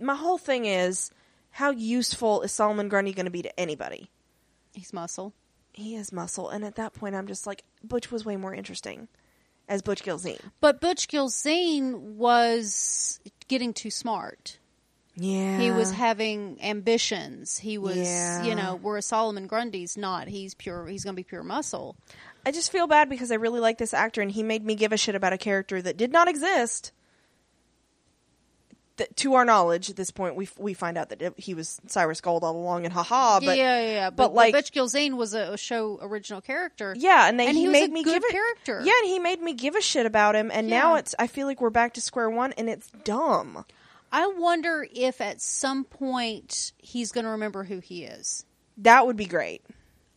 my whole thing is how useful is Solomon Grundy going to be to anybody? He's muscle. He is muscle, and at that point, I'm just like, Butch was way more interesting as Butch Gilzine. But Butch Gilzine was getting too smart. Yeah, He was having ambitions. He was, you Yeah. know, where Solomon Grundy's not. He's pure. He's going to be pure muscle. I just feel bad because I really like this actor, and he made me give a shit about a character that did not exist. That, to our knowledge, at this point, we f- we find out that it- he was Cyrus Gold all along, and haha, Uh, but yeah, yeah, yeah. But, but, like- Butch Gilzane was a, a show original character. Yeah, and, they, And he, he was a made me good give it, character. Yeah, and he made me give a shit about him, and now Yeah. it's. I feel like we're back to square one, and it's dumb. I wonder if at some point he's going to remember who he is. That would be great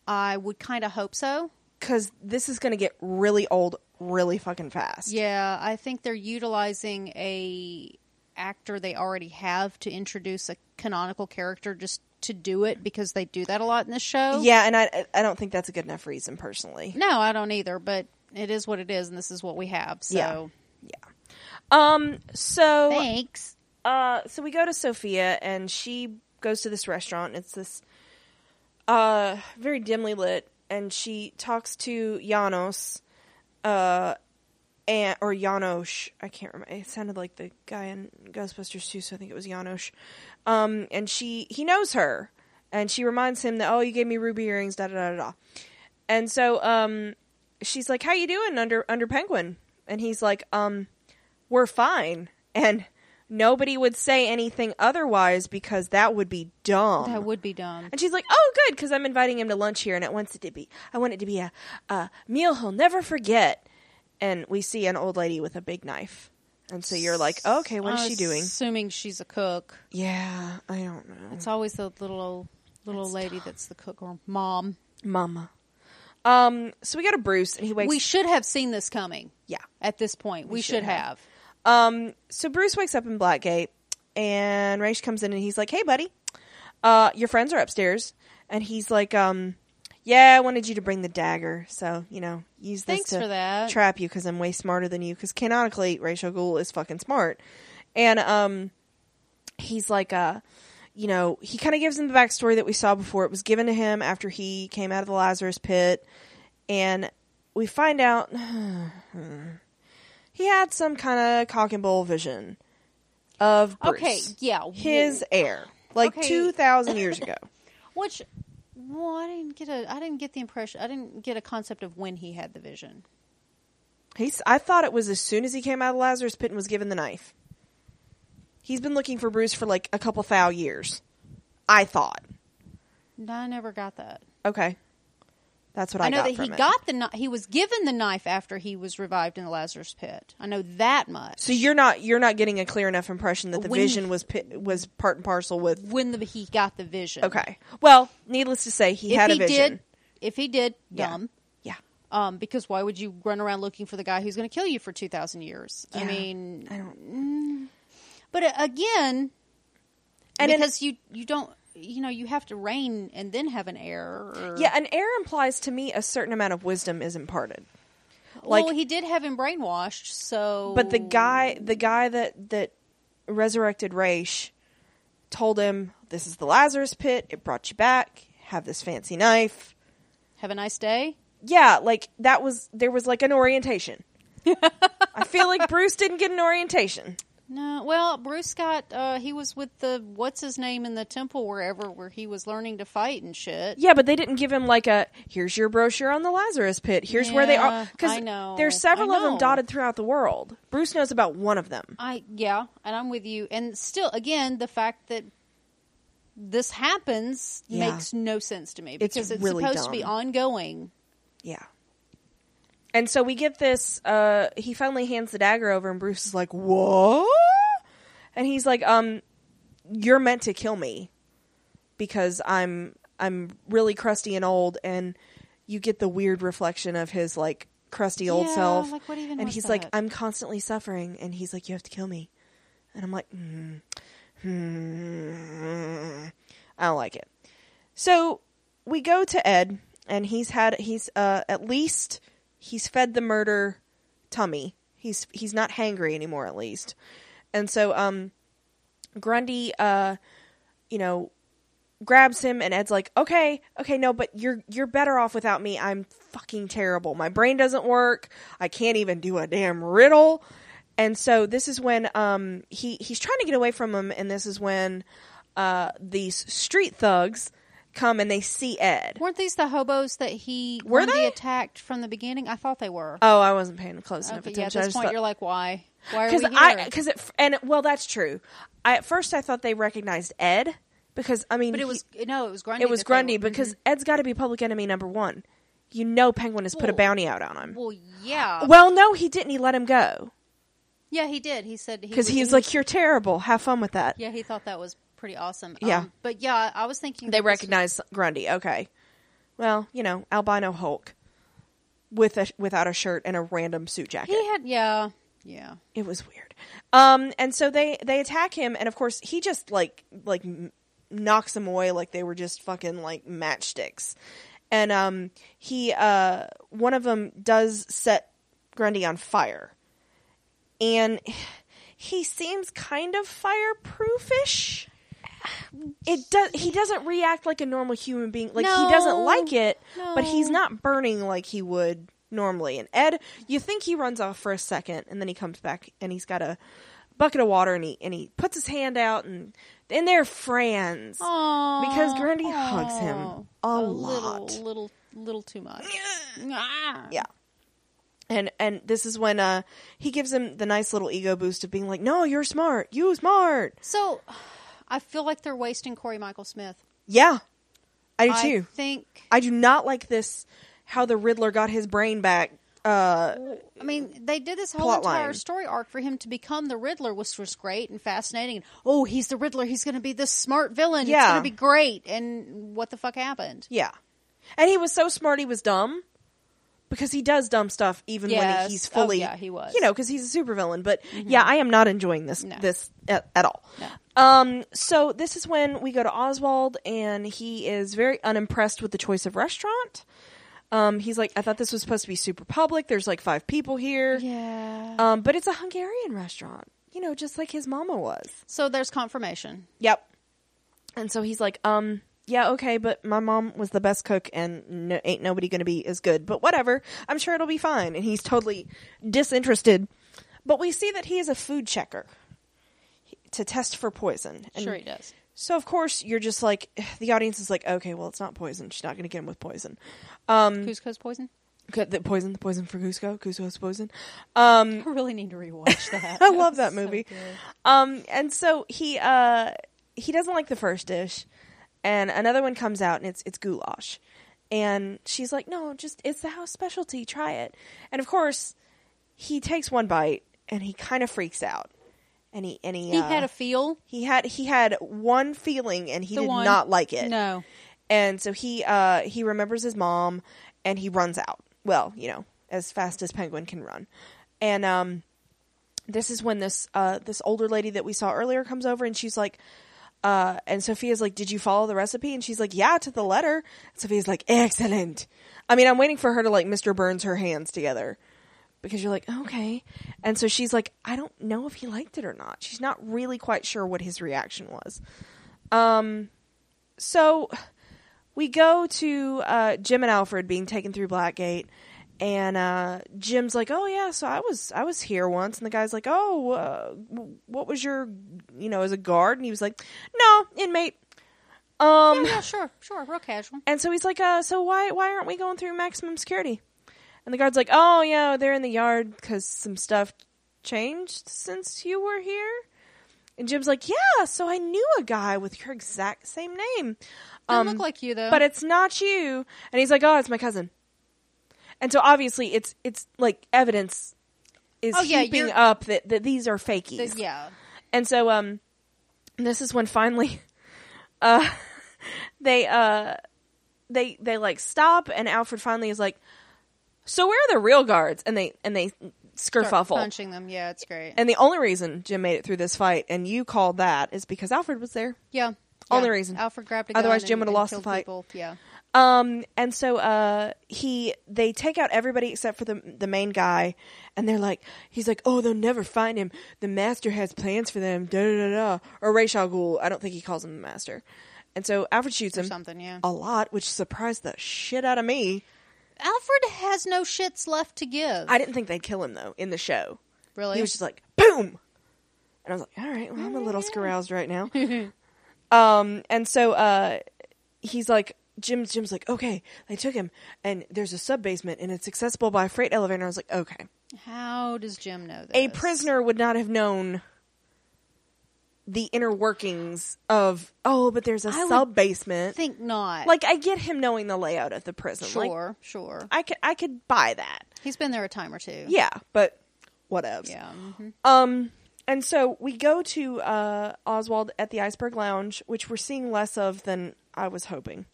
I would kind of hope so. because this is going to get really old, really fucking fast. Yeah, I think they're utilizing a actor they already have to introduce a canonical character just to do it because they do that a lot in this show. yeah, and I I don't think that's a good enough reason personally. No, I don't either, but it is what it is and this is what we have. So Yeah. Um, so thanks. uh, so we go to Sophia, and she goes to this restaurant. It's this uh, very dimly lit, and she talks to Janos, uh, and or Janosch. I can't remember. It sounded like the guy in Ghostbusters 2, so I think it was Janosch. Um, and she he knows her, and she reminds him that oh, you gave me ruby earrings, da da da da. da. And so um, she's like, "How you doing under under Penguin?" And he's like, "Um, we're fine." And nobody would say anything otherwise because that would be dumb. That would be dumb. And she's like, "Oh, good, because I'm inviting him to lunch here, and it wants it to be. I want it to be a, a meal he'll never forget." And we see an old lady with a big knife, and so you're like, "Okay, what is I'm she doing?" Assuming she's a cook. Yeah, I don't know, It's always the little old little old lady that's the cook or mom. Mama. Um, so we go to Bruce, and he wakes. We should have seen this coming. yeah. At this point, we, should, have. Um, so Bruce wakes up in Blackgate, and Raish comes in, and he's like, "Hey, buddy, uh, your friends are upstairs," and he's like, um. Yeah, I wanted you to bring the dagger, so you know, use this Thanks to for that. trap you because I'm way smarter than you. Because canonically, Rachel Ghoul is fucking smart, and um, he's like, uh, you know, he kind of gives him the backstory that we saw before. It was given to him after he came out of the Lazarus pit, and we find out He had some kind of cock and bull vision of Bruce, Okay, yeah. his heir, like Okay. two thousand <laughs> years ago. Which, well, I didn't get a, I didn't get the impression, I didn't get a concept of when he had the vision. He's. I thought it was as soon as he came out of Lazarus Pit and was given the knife. He's been looking for Bruce for like a couple thou years. I thought. No, I never got that. Okay, that's what I, I, know got that from he it. got the knife. He was given the knife after he was revived in the Lazarus pit. I know that much. So you're not you're not getting a clear enough impression that the When he- vision was pi- was part and parcel with. when the, he got the vision. Okay. Well, needless to say, he Mm-hmm. If had he a vision. did, if he did, Yeah. dumb. Yeah. Um, because why would you run around looking for the guy who's going to kill you for two thousand years? I Yeah. mean, I don't. but uh, again, And it- because you you don't you know you have to reign and then have an heir. Or, Yeah, an heir implies to me a certain amount of wisdom is imparted. Like, Like, well, he did have him brainwashed, so. but the guy, the guy that that resurrected Raish, told him, "This is the Lazarus Pit. It brought you back. Have this fancy knife." have a nice day. Yeah, like that was there was like an <laughs> orientation. I feel like Bruce didn't get an orientation. No, well, Bruce got uh, he was with the what's his name in the temple wherever where he was learning to fight and shit. Yeah, but they didn't give him like a here's your brochure on the Lazarus pit. Here's where they Yeah, are I because know. there's several I of them know. dotted throughout the world. Bruce knows about one of them. I yeah, and I'm with you. And still, again, the fact that this happens Yeah. makes no sense to me It's because it's, really supposed to be dumb. ongoing. Yeah. And so we get this. Uh, he finally hands the dagger over, and Bruce is like, "What?" And he's like, "Um, you're meant to kill me because I'm I'm really crusty and old." And you get the weird reflection of his like crusty old Yeah, self. like, what even and was he's like, that? "I'm constantly suffering," and he's like, "You have to kill me." And I'm like, hmm, hmm, I don't like it. So we go to Ed, and he's had he's uh at least he's fed the murder tummy. He's he's not hangry anymore, at least. And so um, Grundy uh, you know, grabs him, and Ed's like, okay, okay, no, but you're you're better off without me. I'm fucking terrible. My brain doesn't work. I can't even do a damn riddle. And so this is when um he he's trying to get away from him, and this is when uh these street thugs come and they see Ed. Weren't these the hobos that he Were Grundy they? attacked from the beginning? I thought they were. Oh, I wasn't paying close enough Okay, attention. yeah, at I this just point, thought- you're like, why? Why are we because here? I because it f- and it, well that's true. I, at first I thought they recognized Ed because I mean but he- it was no, it was Grundy. it was that they Grundy were- because Ed's got to be public enemy number one. You know Penguin has put a Well- bounty out on him. Well, yeah, Well, no, he didn't. He let him go yeah, he did. He said because he was like, "You're terrible. Have fun with that." yeah, he thought that was pretty awesome. Yeah. Um, but yeah, I was thinking They that this was- recognize Grundy. Okay, well, you know, albino Hulk with a without a shirt and a random suit jacket. He had yeah, yeah. it was weird um and so they they attack him and of course he just like like m- knocks them away like they were just fucking like matchsticks and um he uh one of them does set grundy on fire and he seems kind of fireproofish it does he doesn't react like a normal human being like he doesn't No. like it but he's No. not burning like he would normally. And Ed, you think he runs off for a second, and then he comes back and he's got a bucket of water, and he and he puts his hand out, and and they're friends Aw, because Grundy hugs him a, aw. lot. Little, little, little too much. Yeah. And and this is when uh he gives him the nice little ego boost of being like, "No, you're smart. You smart." So, I feel like they're wasting Corey Michael Smith. Yeah, I do I too. think. I do not like this. How the Riddler got his brain back. Uh, I mean, they did this whole Plot entire line. story arc for him to become the Riddler, which was great and fascinating. And, oh, he's the Riddler. He's going to be this smart villain. It's Yeah. going to be great. And what the fuck happened? Yeah. And he was so smart he was dumb because he does dumb stuff even when Yes. he's fully Oh, yeah, he was. Mm-hmm. You know, cuz he's a supervillain, but yeah, I am not enjoying this No. this at, at all. No. Um so this is when we go to Oswald and he is very unimpressed with the choice of restaurant. Um he's like I thought this was supposed to be super public. There's like five people here. Yeah. Um but it's a Hungarian restaurant. You know, just like his mama was. so there's confirmation. Yep. And so he's like, um, yeah, okay, but my mom was the best cook, and no, ain't nobody gonna be as good. But whatever, I'm sure it'll be fine. And he's totally disinterested But we see that he is a food checker he- to test for poison. And sure, he does. So of course you're just like <sighs> the audience is like, okay, well it's not poison. She's not going to get him with poison. Um, Cusco's poison. good- the poison, the poison for Cusco, Cusco's poison. Um, I really need <laughs> to rewatch that. I love that So movie. good. um, and so he uh, he doesn't like the first dish, and another one comes out and it's it's goulash, and she's like, "No, just it's the house specialty. Try it." And of course, he takes one bite and he kind of freaks out, and he and he He uh, had a feel. he had he had one feeling and he The did one- not like it. No. And so he uh he remembers his mom and he runs out. Well, you know, as fast as Penguin can run. And um this is when this uh this older lady that we saw earlier comes over and she's like uh and Sophia's like, "Did you follow the recipe?" And she's like, "Yeah, to the letter." Sophia's like, "Excellent." I mean, I'm waiting for her to like Mr. Burns her hands together because you're like, "Okay." And so she's like, "I don't know if he liked it or not." She's not really quite sure what his reaction was. Um so we go to uh, Jim and Alfred being taken through Blackgate, and uh, Jim's like, "Oh yeah, so I was I was here once," and the guy's like, "Oh, uh, w- what was your, you know, as a guard?" And he was like, "No, inmate." Um, Oh, Yeah, sure, sure. Real casual. and so he's like, uh, so why why aren't we going through maximum security? And the guard's like, oh yeah, they're in the yard because some stuff changed since you were here. And Jim's like, yeah, so I knew a guy with your exact same name, Doesn't look like you though. Um, but it's not you. And he's like, oh, it's my cousin. And so obviously, it's it's like evidence is Oh, yeah, heaping you're- up that, that these are fakies. The- yeah. And so um this is when finally <laughs> uh they uh they they like stop and Alfred finally is like so where are the real guards and they and they Start skerfuffle. punching them. Yeah, it's great. And the only reason Jim made it through this fight and you called that is because Alfred was there. yeah. Only yeah. reason. Alfred grabbed a gun Otherwise, Jim and- would've and lost the killed fight. People. Yeah. Um, and so uh, he they take out everybody except for the the main guy, and they're like, he's like, oh, they'll never find him. The master has plans for them. Da da da. da. Or Ra's al Ghul. I don't think he calls him the master. And so Alfred shoots Or him something. Yeah. a lot, which surprised the shit out of me. Alfred has no shits left to give. I didn't think they'd kill him though in the show. really. He was just like, boom. And I was like, all right, well, I'm a Oh, little scaroused right <laughs> now. um, and so uh, he's like, Jim's Jim's like, okay, they took him, and there's a sub basement, and it's accessible by a freight elevator. And I was like, okay, How does Jim know this? a prisoner would not have known the inner workings of oh, but there's a I would sub basement. Think not. Like I get him knowing the layout of the prison. Like, sure, sure. I could I could buy that. He's been there a time or two. Yeah, but whatevs. Yeah. mhm. Um, and so we go to uh, Oswald at the Iceberg Lounge, which we're seeing less of than I was hoping.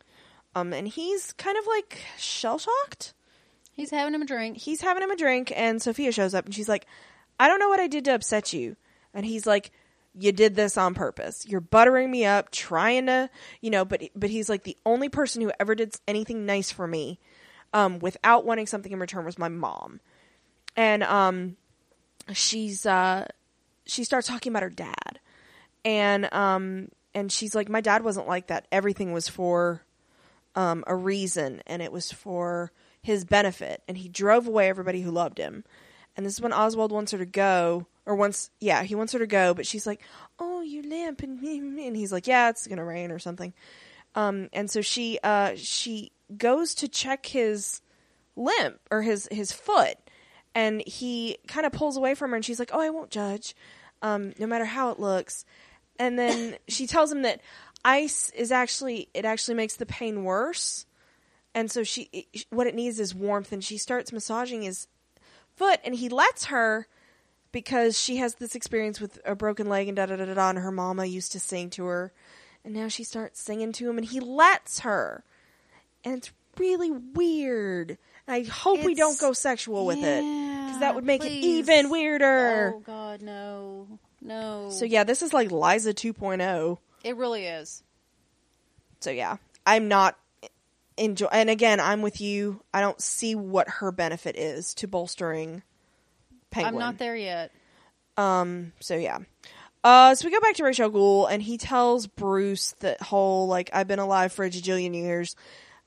Um, and he's kind of like shell shocked. He's having him a drink. He's having him a drink, and Sophia shows up and she's like, I don't know what I did to upset you. And he's like, You did this on purpose. You're buttering me up, trying to, you know, but, but he's like, The only person who ever did anything nice for me um, without wanting something in return was my mom. And, um, she's uh she starts talking about her dad and um and she's like my dad wasn't like that everything was for um a reason and it was for his benefit and he drove away everybody who loved him and this is when oswald wants her to go or wants yeah he wants her to go but she's like oh you limp and, and he's like yeah it's gonna rain or something um and so she uh she goes to check his limp or his his foot and he kind of pulls away from her and she's like oh i won't judge um, no matter how it looks and then she tells him that ice is actually it actually makes the pain worse and so she it- what it needs is warmth and she starts massaging his foot and he lets her because she has this experience with a broken leg and da da da da da and her mama used to sing to her and now she starts singing to him and he lets her and it's really weird and i hope we don't It's- go sexual with it because Yeah, that would make please. it even weirder Oh God, no, no. so yeah this is like liza 2.0 it really is. so yeah i'm not enjoy and again i'm with you i don't see what her benefit is to bolstering penguin I'm not there yet. Um, so yeah. Uh, so we go back to Rachel Ghoul, and he tells Bruce that whole like I've been alive for a jillion years,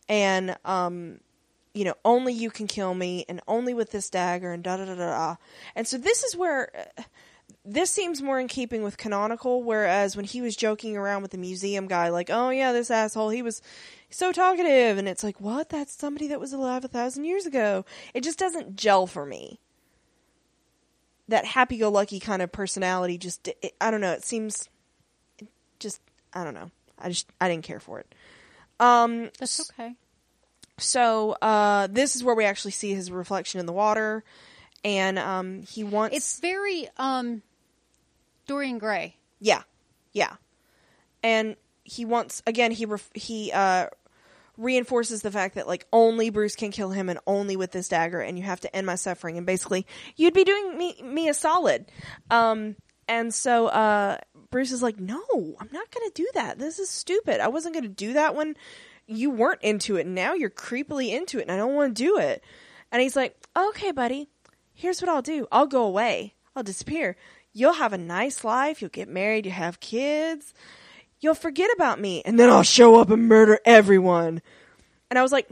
and um, you know, only you can kill me, and only with this dagger, and da da da da. da. And so this is where uh, this seems more in keeping with canonical. Whereas when he was joking around with the museum guy, like, oh yeah, this asshole, he was so talkative, and it's like, what? That's somebody that was alive a thousand years ago. It just doesn't gel for me. That happy-go-lucky kind of personality just, it, I don't know. It seems, it just, I don't know. I just, I didn't care for it. Um, That's okay. so uh, this is where we actually see his reflection in the water, and um, he wants. It's very um Dorian Gray. yeah, yeah, and he wants again. He ref- he uh, reinforces the fact that like only Bruce can kill him, and only with this dagger, and you have to end my suffering. And basically, you'd be doing me me a solid. Um, and so uh, Bruce is like, "No, I'm not going to do that. This is stupid. I wasn't going to do that when you weren't into it. and Now you're creepily into it, and I don't want to do it." And he's like, "Okay, buddy, here's what I'll do. I'll go away. I'll disappear. You'll have a nice life. You'll get married. You'll have kids. You'll forget about me. And then I'll show up and murder everyone. And I was like,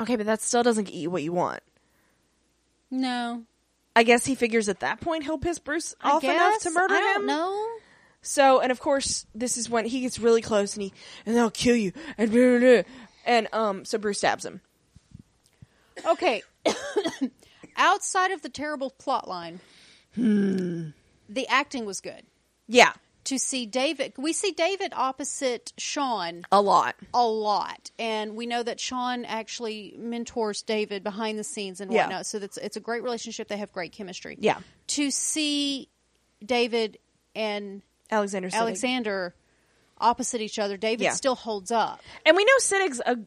okay, but that still doesn't get you what you want. No. I guess he figures at that point he'll piss Bruce off I enough guess. to murder I don't him. know. So, and of course, this is when he gets really close and he, and I'll kill you. And, blah, blah, blah. and um, so Bruce stabs him. Okay. <coughs> Outside of the terrible plot line, Hmm. the acting was good. Yeah, To see David, we see David opposite Sean a lot. a lot, and we know that Sean actually mentors David behind the scenes and Yeah. whatnot. So that's it's a great relationship. They have great chemistry. Yeah. To see David and Alexander Siddig. Alexander opposite each other, David Yeah. still holds up. and we know Siddig's a,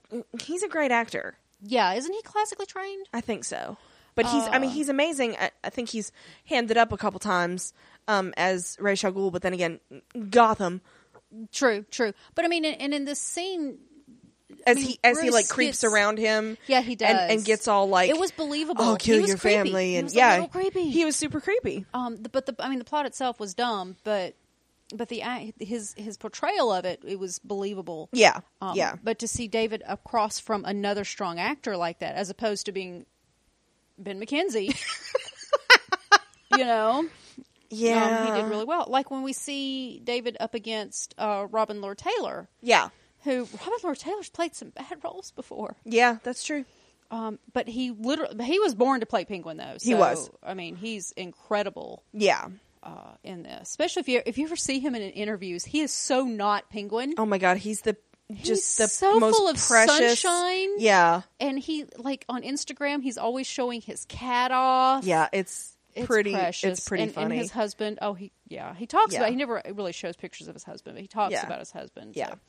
he's a great actor. Yeah, isn't he classically trained? I think so. But he's, I Oh. mean, he's amazing. I, I think he's handed up a couple times um, as Ray Ghul, but then again, Gotham True, true. But I mean, and, and in this scene, as mean, he as he Bruce like creeps gets- around him. yeah, he does, and, and gets all like it was believable. Oh, kill He was your creepy. family He and was a yeah, little creepy. He was super creepy. um, the, but the I mean, the plot itself was dumb, but but the act- his his portrayal of it it was believable. Yeah, Um, yeah, But to see David across from another strong actor like that, as opposed to being Ben McKenzie, <laughs> you know, yeah. um, he did really well. Like when we see David up against uh, Robin Lord Taylor, yeah, who Robin Lord Taylor's played some bad <laughs> roles before. yeah. That's true. Um, but he literally he was born to play Penguin though. So, He was. I mean, he's incredible Yeah. uh, in this, especially if you if you ever see him in interviews. He is so not Penguin, Oh my God, he's the just He's the so most full of precious. sunshine. Yeah, and he like on Instagram he's always showing his cat off. yeah. It's, It's pretty. precious. It's pretty and, funny. And his husband, oh, he yeah, he talks Yeah. about. He never really shows pictures of his husband, but he talks Yeah. about his husband. Yeah. so.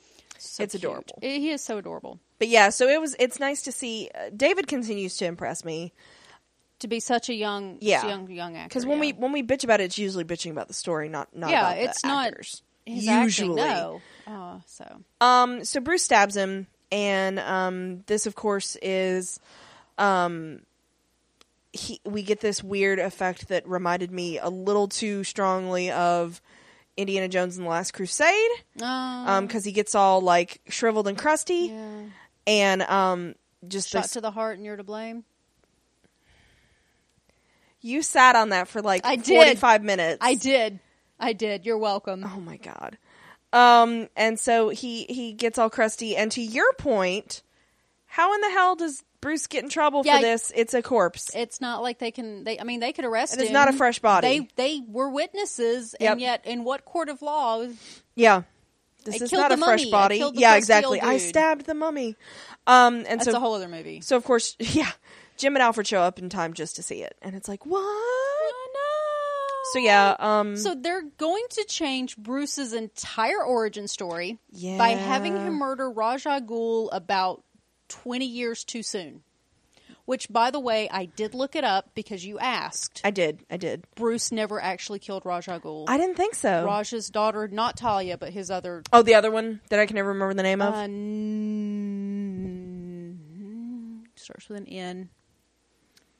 So It's cute. adorable. I- He is so adorable but yeah, so it was. It's nice to see. Uh, David continues to impress me. to be such a young, Yeah. young, young actor. Because when yeah. we when we bitch about it, it's usually bitching about the story, not not yeah, about the it's not actors. his usually. acting, no. Uh, so Um, so Bruce stabs him, and um, this, of course, is um, he. We get this weird effect that reminded me a little too strongly of Indiana Jones and the Last Crusade, um, um, because he gets all like shriveled and crusty, yeah. and um, just shot this- to the heart and you're to blame. you sat on that for like I did. forty five minutes. I did, I did. You're welcome. Oh my god. Um, and so he he gets all crusty. And to your point, how in the hell does Bruce get in trouble Yeah, for this? It's a corpse. It's not like they can. They, I mean, they could arrest And it's him. not a fresh body. They they were witnesses, Yep. and yet, in what court of law? yeah, this I is killed not a the fresh mummy. I body. killed the yeah, crusty exactly. old I dude. stabbed the mummy. Um, and That's so a whole other movie. so of course, <laughs> yeah, Jim and Alfred show up in time just to see it, and it's like what? So yeah, um, So they're going to change Bruce's entire origin story by having Yeah. him murder Raja Ghul about 20 years too soon. Which, by the way, I did look it up because you asked. I did, I did. Bruce never actually killed Raja Ghul. I didn't think so. Raja's daughter, not Talia, but his other. oh, the other one that I can never remember the name of. Uh, n- starts with an N.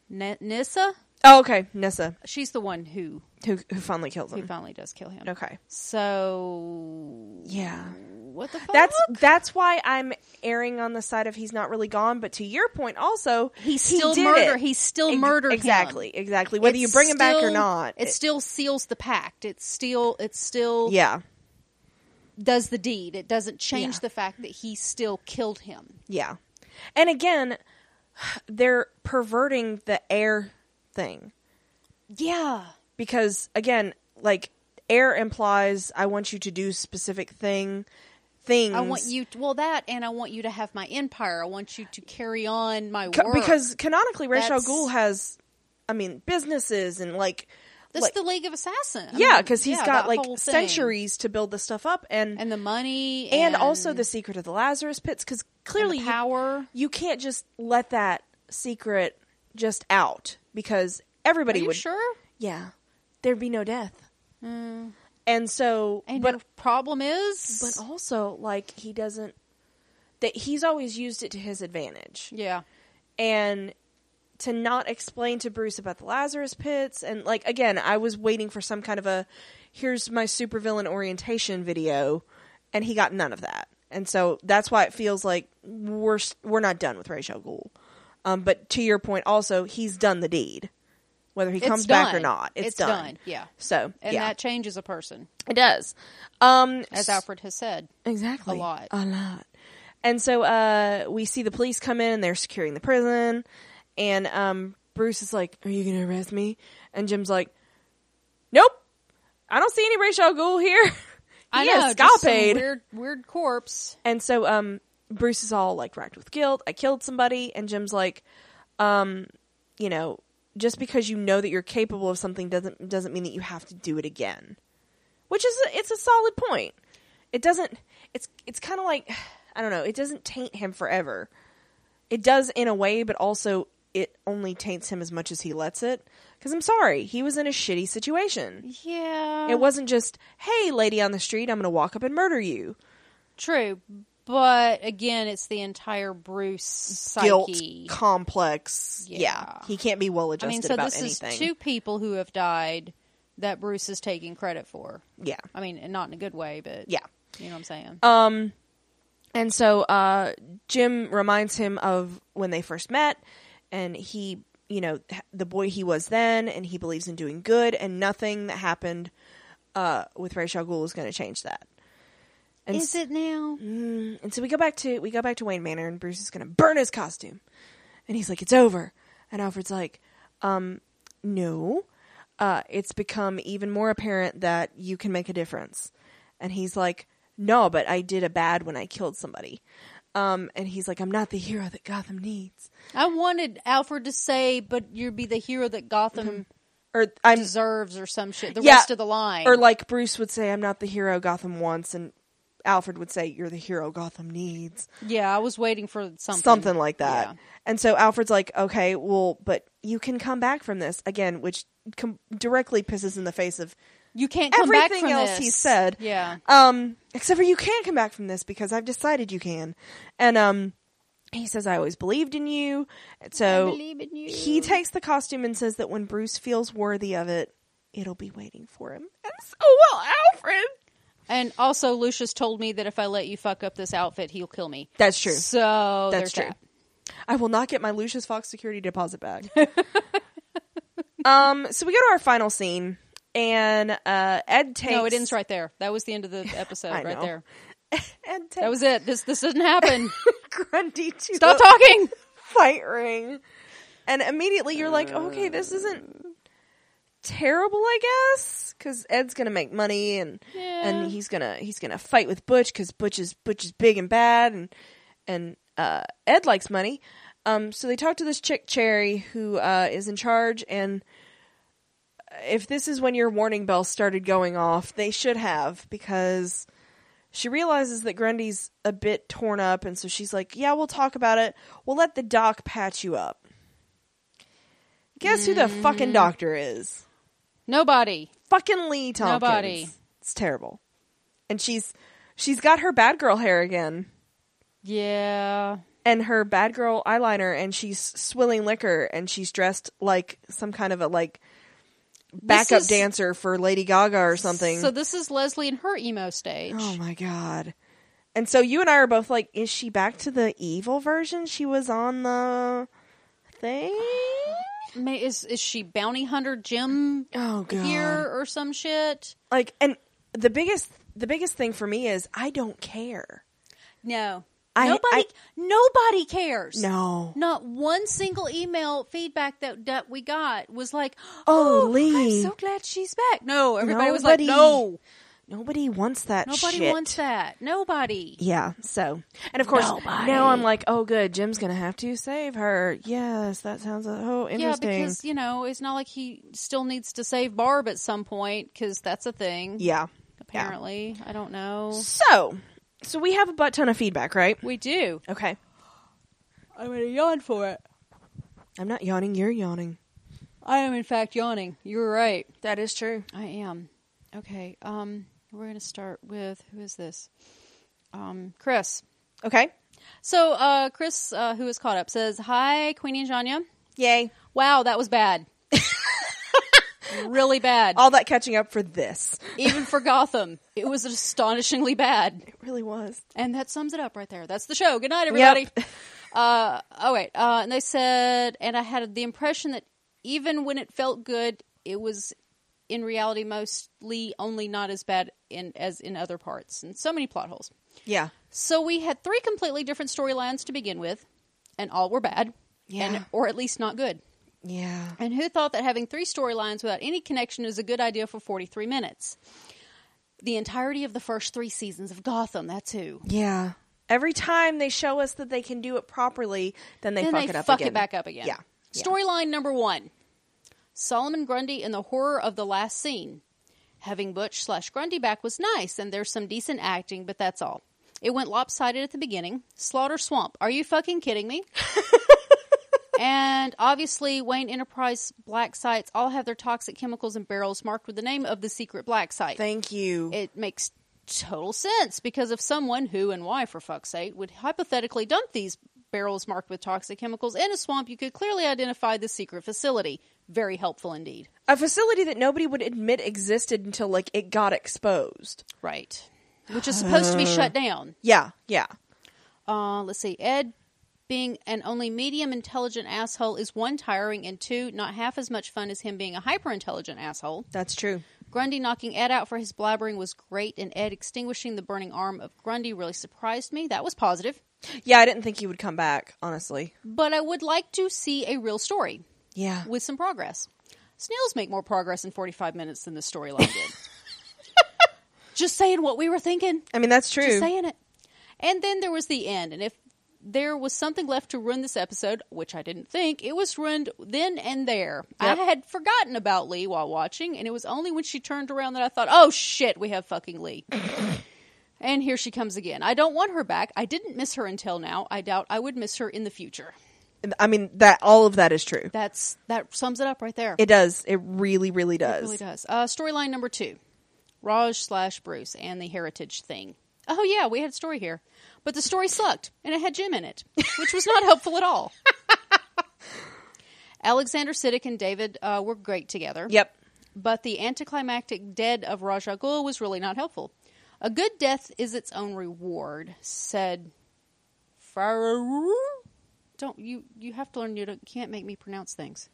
N- Nissa? oh, okay, Nessa, She's the one who, who who finally kills who him. finally does kill him. Okay, So yeah. what the fuck? That's that's why I'm erring on the side of he's not really gone. But to your point, also he still did murder. it. He still Ex- murdered him. exactly, exactly. Whether It's you bring him back or still- not, it, still seals the pact. It still it still yeah, does the deed. It doesn't change Yeah. the fact that he still killed him. yeah. And again, they're perverting the air thing Yeah. because again, like air implies I want you to do specific thing things. I want you to, well that and I want you to have my empire. I want you to carry on my Co- work. because canonically, Ra's al That's- Ghul has, I mean, businesses and like. this like- is the League of Assassins. I yeah, mean, because he's yeah, got that like whole thing. centuries to build this stuff up, and and the money and also the secret of the Lazarus pits because clearly and the power. You, you can't just let that secret just out because everybody Are you would sure? yeah there'd be no death and so And but the problem is Mm. but also like he doesn't that he's always used it to his advantage yeah. and to not explain to Bruce about the Lazarus pits and like again I was waiting for some kind of a here's my supervillain orientation video and he got none of that and so that's why it feels like we're s- we're not done with Rachel Ghoul um, but to your point also he's done the deed whether he It's comes back or done. not it's, It's done. done, yeah. so And yeah that changes a person, it does um as Alfred has said. Exactly. A lot. A lot. And so uh, we see the police come in and they're securing the prison. And um, Bruce is like, Are you going to arrest me? And Jim's like, Nope. I don't see any Rachel Ghoul here. <laughs> he I know, has just some scalped. weird weird corpse. And so um, Bruce is all like racked with guilt. I killed somebody. And Jim's like, um, You know, just because you know that you're capable of something doesn't doesn't mean that you have to do it again. Which is a, it's a solid point. It doesn't. It's it's kind of like <sighs> I don't know. It doesn't taint him forever. It does in a way, but also it only taints him as much as he lets it. Because I'm sorry, he was in a shitty situation. Yeah. It wasn't just, hey, lady on the street, I'm going to walk up and murder you. True, but again, it's the entire Bruce psyche. guilt complex. Yeah. Yeah. he can't be well I adjusted mean, so about this anything. is two people who have died that Bruce is taking credit for. yeah, I mean, and not in a good way, but yeah. you know what I'm saying. Um, and so uh, Jim reminds him of when they first met, and he, you know, h- the boy he was then, and he believes in doing good, and nothing that happened uh, with Rachel Ghoul is going to change that. And is it now? Mm, and so we go back to we go back to Wayne Manor, and Bruce is going to burn his costume, and he's like, "It's over." And Alfred's like, um, "No, uh, it's become even more apparent that you can make a difference." And he's like, "No, but I did a bad when I killed somebody." Um, and he's like, "I'm not the hero that Gotham needs, I wanted Alfred to say, "But you'd be the hero that Gotham or I'm." deserves," or some shit. The Mm-hmm. Yeah. rest of the line, Or like Bruce would say, "I'm not the hero Gotham wants," and Alfred would say, "You're the hero Gotham needs." yeah, I was waiting for something, something like that. Yeah. And so Alfred's like, okay, well, but you can come back from this again, which com- directly pisses in the face of You can't come back Everything from else he this. said. Yeah, um, except for you can come back from this because I've decided you can. And um, he says, I always believed in you. And So I believe in you. he takes the costume and says that when Bruce feels worthy of it, it'll be waiting for him. And so, well, Alfred. and also Lucius told me that if I let you fuck up this outfit, he'll kill me. That's true. So That's there's true. that. I will not get my Lucius Fox security deposit <laughs> back. um, so we go to our final scene, and uh, Ed takes. No, it ends right there. That was the end <laughs> of the episode I right know. there. Ed takes That was it. This this didn't happen. <laughs> Grundy to Stop the talking. fight ring, and immediately you're like, okay, this isn't terrible, I guess, because Ed's gonna make money, and Yeah. and he's gonna he's gonna fight with Butch because Butch is Butch is big and bad, and and uh, Ed likes money. Um, so they talk to this chick Cherry who uh, is in charge, and uh, if this is when your warning bell started going off, they should have because she realizes that Grundy's a bit torn up, and so she's like, "Yeah, we'll talk about it. We'll let the doc patch you up." Guess who the Mm-hmm. fucking doctor is? Nobody. Fucking Lee Tompkins. Nobody. It's terrible, and she's she's got her bad girl hair again Yeah. and her bad girl eyeliner, and she's swilling liquor, and she's dressed like some kind of a like backup is- dancer for Lady Gaga or something. So this is Leslie in her emo stage. Oh my Oh god. And so you and I are both like, is she back to the evil version she was on the thing? May, is is she bounty hunter Jim Oh god. here or some shit? Like and the biggest the biggest thing for me is I don't care. No. I- nobody I- nobody cares. No. Not one single email feedback that, that we got was like, Oh, "Oh, Lee." I'm so glad she's back." No, everybody was like, Nobody- "No, Nobody wants that nobody shit. wants that. Nobody." Yeah, so and of course Nobody. now I'm like, oh good, Jim's gonna have to save her. Yes, that sounds oh Yeah, interesting. because you know it's not like he still needs to save Barb at some point because that's a thing. yeah, Yeah. apparently, I don't know. So, so we have a butt ton of feedback, right? We do. Okay, I'm gonna yawn for it. I'm not yawning. You're yawning. I am in fact yawning. You're right. That is true. I am. Okay. Um, we're gonna start with who is this? Um, Chris. Okay, So, uh, Chris, uh, who is caught up, says, "Hi, Queenie and Janya. yay! Wow, that was <laughs> bad. really bad. All that catching up for this. Even for Gotham, it was astonishingly bad. It really was. And that sums it up right there. That's the show. Good night, everybody. Yep. Uh, oh wait. Uh, and they said, and I had the impression that even when it felt good, it was in reality mostly only not as bad in as in other parts, and so many plot holes. <laughs> Yeah, So we had three completely different storylines to begin with, and all were bad, Yeah. and or at least not good. yeah. And who thought that having three storylines without any connection is a good idea for 43 minutes? The entirety of the first three seasons of Gotham, that's who. Yeah. Every time they show us that they can do it properly, then they then fuck they it up fuck again. it back up again. Yeah. Yeah. Storyline number one: Solomon Grundy and the horror of the last scene. Having Butch slash Grundy back was nice, and there's some decent acting, but that's all. It went lopsided at the beginning. Slaughter Swamp. Are you fucking kidding <laughs> me? and obviously, Wayne Enterprise black sites all have their toxic chemicals in barrels marked with the name of the secret black site Thank you. it makes total sense because if someone who and why for fuck's sake would hypothetically dump these barrels marked with toxic chemicals in a swamp you could clearly identify the secret facility very helpful indeed a facility that nobody would admit existed until like it got exposed. right which is supposed to be shut down Yeah. Yeah. uh, let's see ed being an only medium intelligent asshole is one tiring and two not half as much fun as him being a hyper intelligent asshole That's true. Grundy knocking Ed out for his blabbering was great, and Ed extinguishing the burning arm of Grundy really surprised me. That was positive. Yeah, I didn't think he would come back, honestly. but I would like to see a real story Yeah. with some progress. Snails make more progress in 45 minutes than the storyline did. <laughs> Just saying what we were thinking. I mean, that's true. Just saying it. And then there was the end. And if there was something left to ruin this episode, which I didn't think, it was ruined then and there. Yep. I had forgotten about Lee while watching, and it was only when she turned around that I thought, oh shit, we have fucking Lee. and here she comes again. I don't want her back. I didn't miss her until now. I doubt I would miss her in the future. I mean, that all of that is true. That's that sums it up right there. It does. It really, really does. really does. Uh, Storyline number two: Raj slash Bruce and the heritage thing. Oh yeah, we had a story here, but the story sucked, and it had Jim in it, which was not <laughs> helpful at all. Alexander Siddick and David uh, were great together. Yep. But the anticlimactic dead of Rajah Ghul was really not helpful. A good death is its own reward, said Farah. Don't you? You have to learn. You don't, can't make me pronounce things.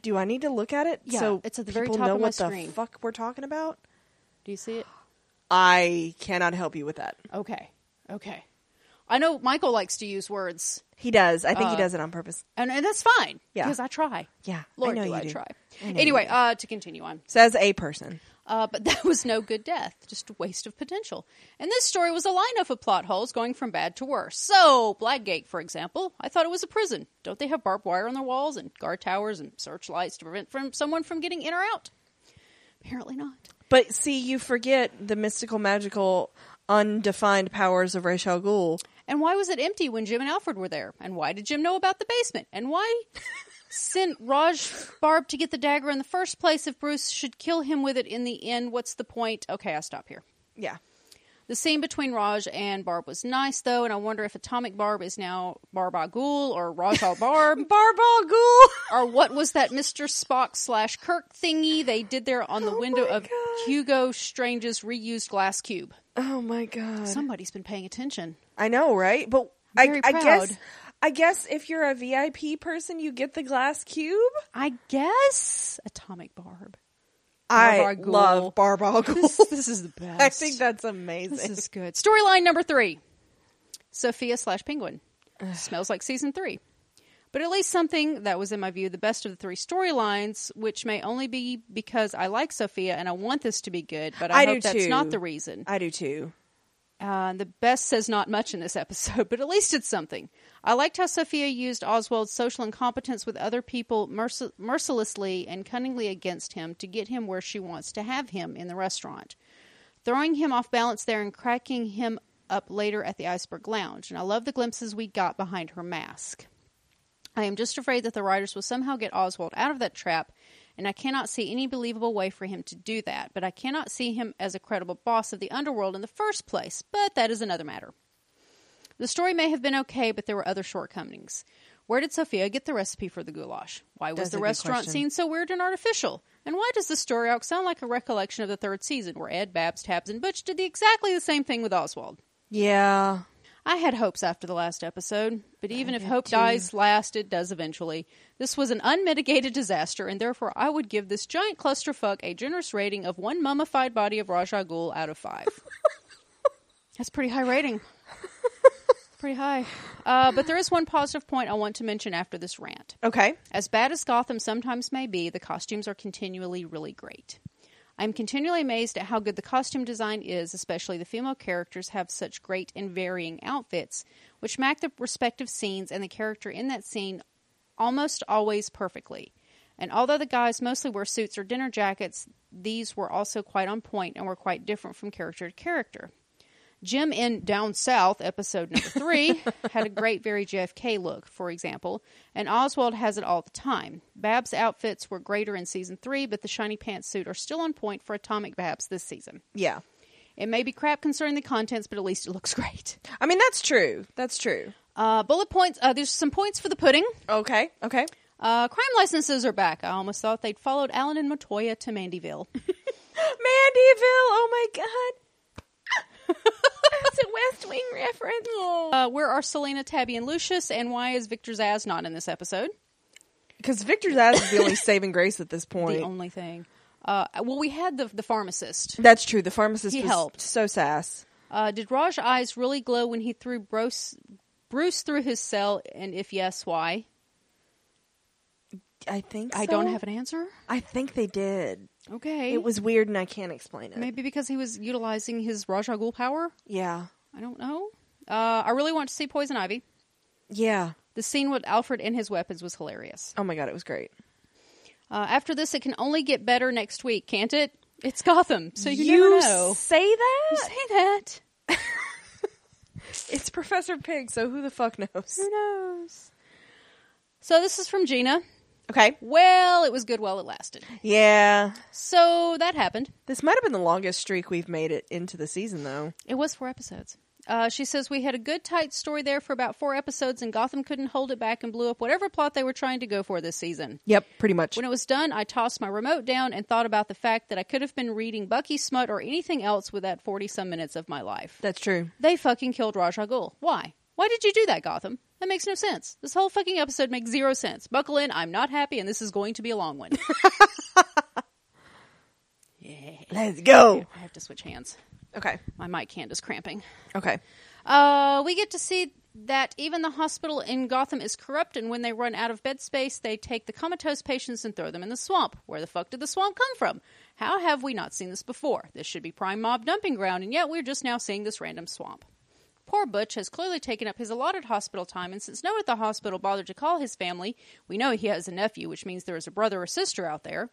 Do I need to look at it? Yeah, so it's at the very people top know of my what screen. the fuck we're talking about. Do <gasps> you see it? I cannot help you with that. Okay. Okay. I know Michael likes to use words, He does. I think he Uh, does it on purpose. and, and that's fine. Yeah. Because I try. Yeah, Lord, I know do you I do. try. I know you anyway, do. uh, to continue on. Says a person. Uh, but <laughs> that was no good death, just a waste of potential. And this story was a lineup of plot holes going from bad to worse. So, Blackgate, for example, I thought it was a prison. Don't they have barbed wire on their walls and guard towers and searchlights to prevent from someone from getting in or out? Apparently not. But see, you forget the mystical, magical, undefined powers of Rachel Ghoul. And why was it empty when Jim and Alfred were there? And why did Jim know about the basement? And <laughs> why sent Raj Barb to get the dagger in the first place if Bruce should kill him with it in the end? What's the point? Okay, I stop here. Yeah. The scene between Raj and Barb was nice, though, and I wonder if Atomic Barb is now Barb Al Ghul or Ra's al <laughs> Barb, Barbal Ghoul. or what was that Mr. Spock slash Kirk thingy they did there on the Oh window my of God. Hugo Strange's reused glass cube? Oh my god. Somebody's been paying attention. I know, right? But I, Very I guess proud. I guess if you're a VIP person, you get the glass cube. I guess Atomic Barb. I Barbara Ghoul. love <laughs> Barbara Ghoul. This, this is the <laughs> best. I think that's This amazing. is good. Storyline number three Sophia slash Penguin. Smells like season three. But at least something that was, in my view, the best of the three storylines, which may only be because I like Sophia and I want this to be good, but I, I hope do that's too. not the reason. I do too. Uh, the best says not much in this episode, <laughs> but at least it's something. I liked how Sophia used Oswald's social incompetence with other people mercil- mercilessly and cunningly against him to get him where she wants to have him in the restaurant, throwing him off balance there and cracking him up later at the Iceberg Lounge. And I love the glimpses we got behind her mask. I am just afraid that the writers will somehow get Oswald out of that trap, and I cannot see any believable way for him to do that. But I cannot see him as a credible boss of the underworld in the first place, but that is another matter. The story may have been okay, but there were other shortcomings. Where did Sophia get the recipe for the goulash? Why was That's the a good restaurant question. scene so weird and artificial? And why does the story arc sound like a recollection of the third season, where Ed, Babs, Tabs, and Butch did the exactly the same thing with Oswald? Yeah. I had hopes after the last episode, but even if hope dies last, it does eventually. This was an unmitigated disaster, and therefore I would give this giant clusterfuck a generous rating of one mummified body of Raja Ghul out of five. <laughs> That's pretty high <laughs> rating. pretty high. Uh, but there is one positive point I want to mention after this rant. Okay. As bad as Gotham sometimes may be, the costumes are continually really great. I'm continually amazed at how good the costume design is, especially the female characters have such great and varying outfits, which match the respective scenes and the character in that scene almost always perfectly. And although the guys mostly wear suits or dinner jackets, these were also quite on point and were quite different from character to character. Jim in Down South, episode number three, <laughs> had a great very JFK look, for example, and Oswald has it all the time. Babs' outfits were greater in season three, but the shiny pantsuit are still on point for Atomic Babs this season. Yeah. It may be crap concerning the contents, but at least it looks great. I mean that's true. That's true. Uh, bullet points. Uh, there's some points for the pudding. Okay. Okay. Uh, crime licenses are back. I almost thought they'd followed Allen and Matoya to Mandyville. <gasps> Mandyville. Oh my god. <laughs> That's a West Wing <laughs> reference. Uh, where are Selena, Tabby, and Lucius, and why is Victor Zaz not in this episode? Because Victor's ass is the only saving grace at this point. The only thing. Uh, well, we had the the pharmacist. That's true. The pharmacist He was helped. so sass. Uh, did Raj eyes really glow when he threw Bruce Bruce through his cell? And if yes, why? I think I don't have an answer. I think they did. Okay, It was weird, and I can't explain it. maybe because he was utilizing his Raja Ghul power. Yeah, I don't know. Uh, I really want to see Poison Ivy. yeah. The scene with Alfred and his weapons was hilarious. Oh my god, it was great. Uh, after this, it can only get better next week, can't it? It's Gotham, so you, never know. say You that? say that. <laughs> It's Professor Pig, so who the fuck knows? Who knows? So this is from Gina. Okay. Well, it was good while it lasted. Yeah, So that happened. this might have been the longest streak we've made it into the season, though. It was four episodes. Uh, she says we had a good tight story there for about four episodes, and Gotham couldn't hold it back and blew up whatever plot they were trying to go for this season. Yep, pretty much. When it was done, I tossed my remote down and thought about the fact that I could have been reading Bucky Smut or anything else with that forty some minutes of my life. That's true. They fucking killed Raj al Ghul. Why? Why did you do that, Gotham? That makes no sense. This whole fucking episode makes zero sense. Buckle in, I'm not happy, and this is going to be a long one. <laughs> Let's go. I have to switch hands. Okay. My mic hand is cramping. Okay. Uh, we get to see that even the hospital in Gotham is corrupt, and when they run out of bed space, they take the comatose patients and throw them in the swamp. Where the fuck did the swamp come from? How have we not seen this before? This should be prime mob dumping ground, and yet we're just now seeing this random swamp. Poor Butch has clearly taken up his allotted hospital time, and since no one at the hospital bothered to call his family, we know he has a nephew, which means there is a brother or sister out there.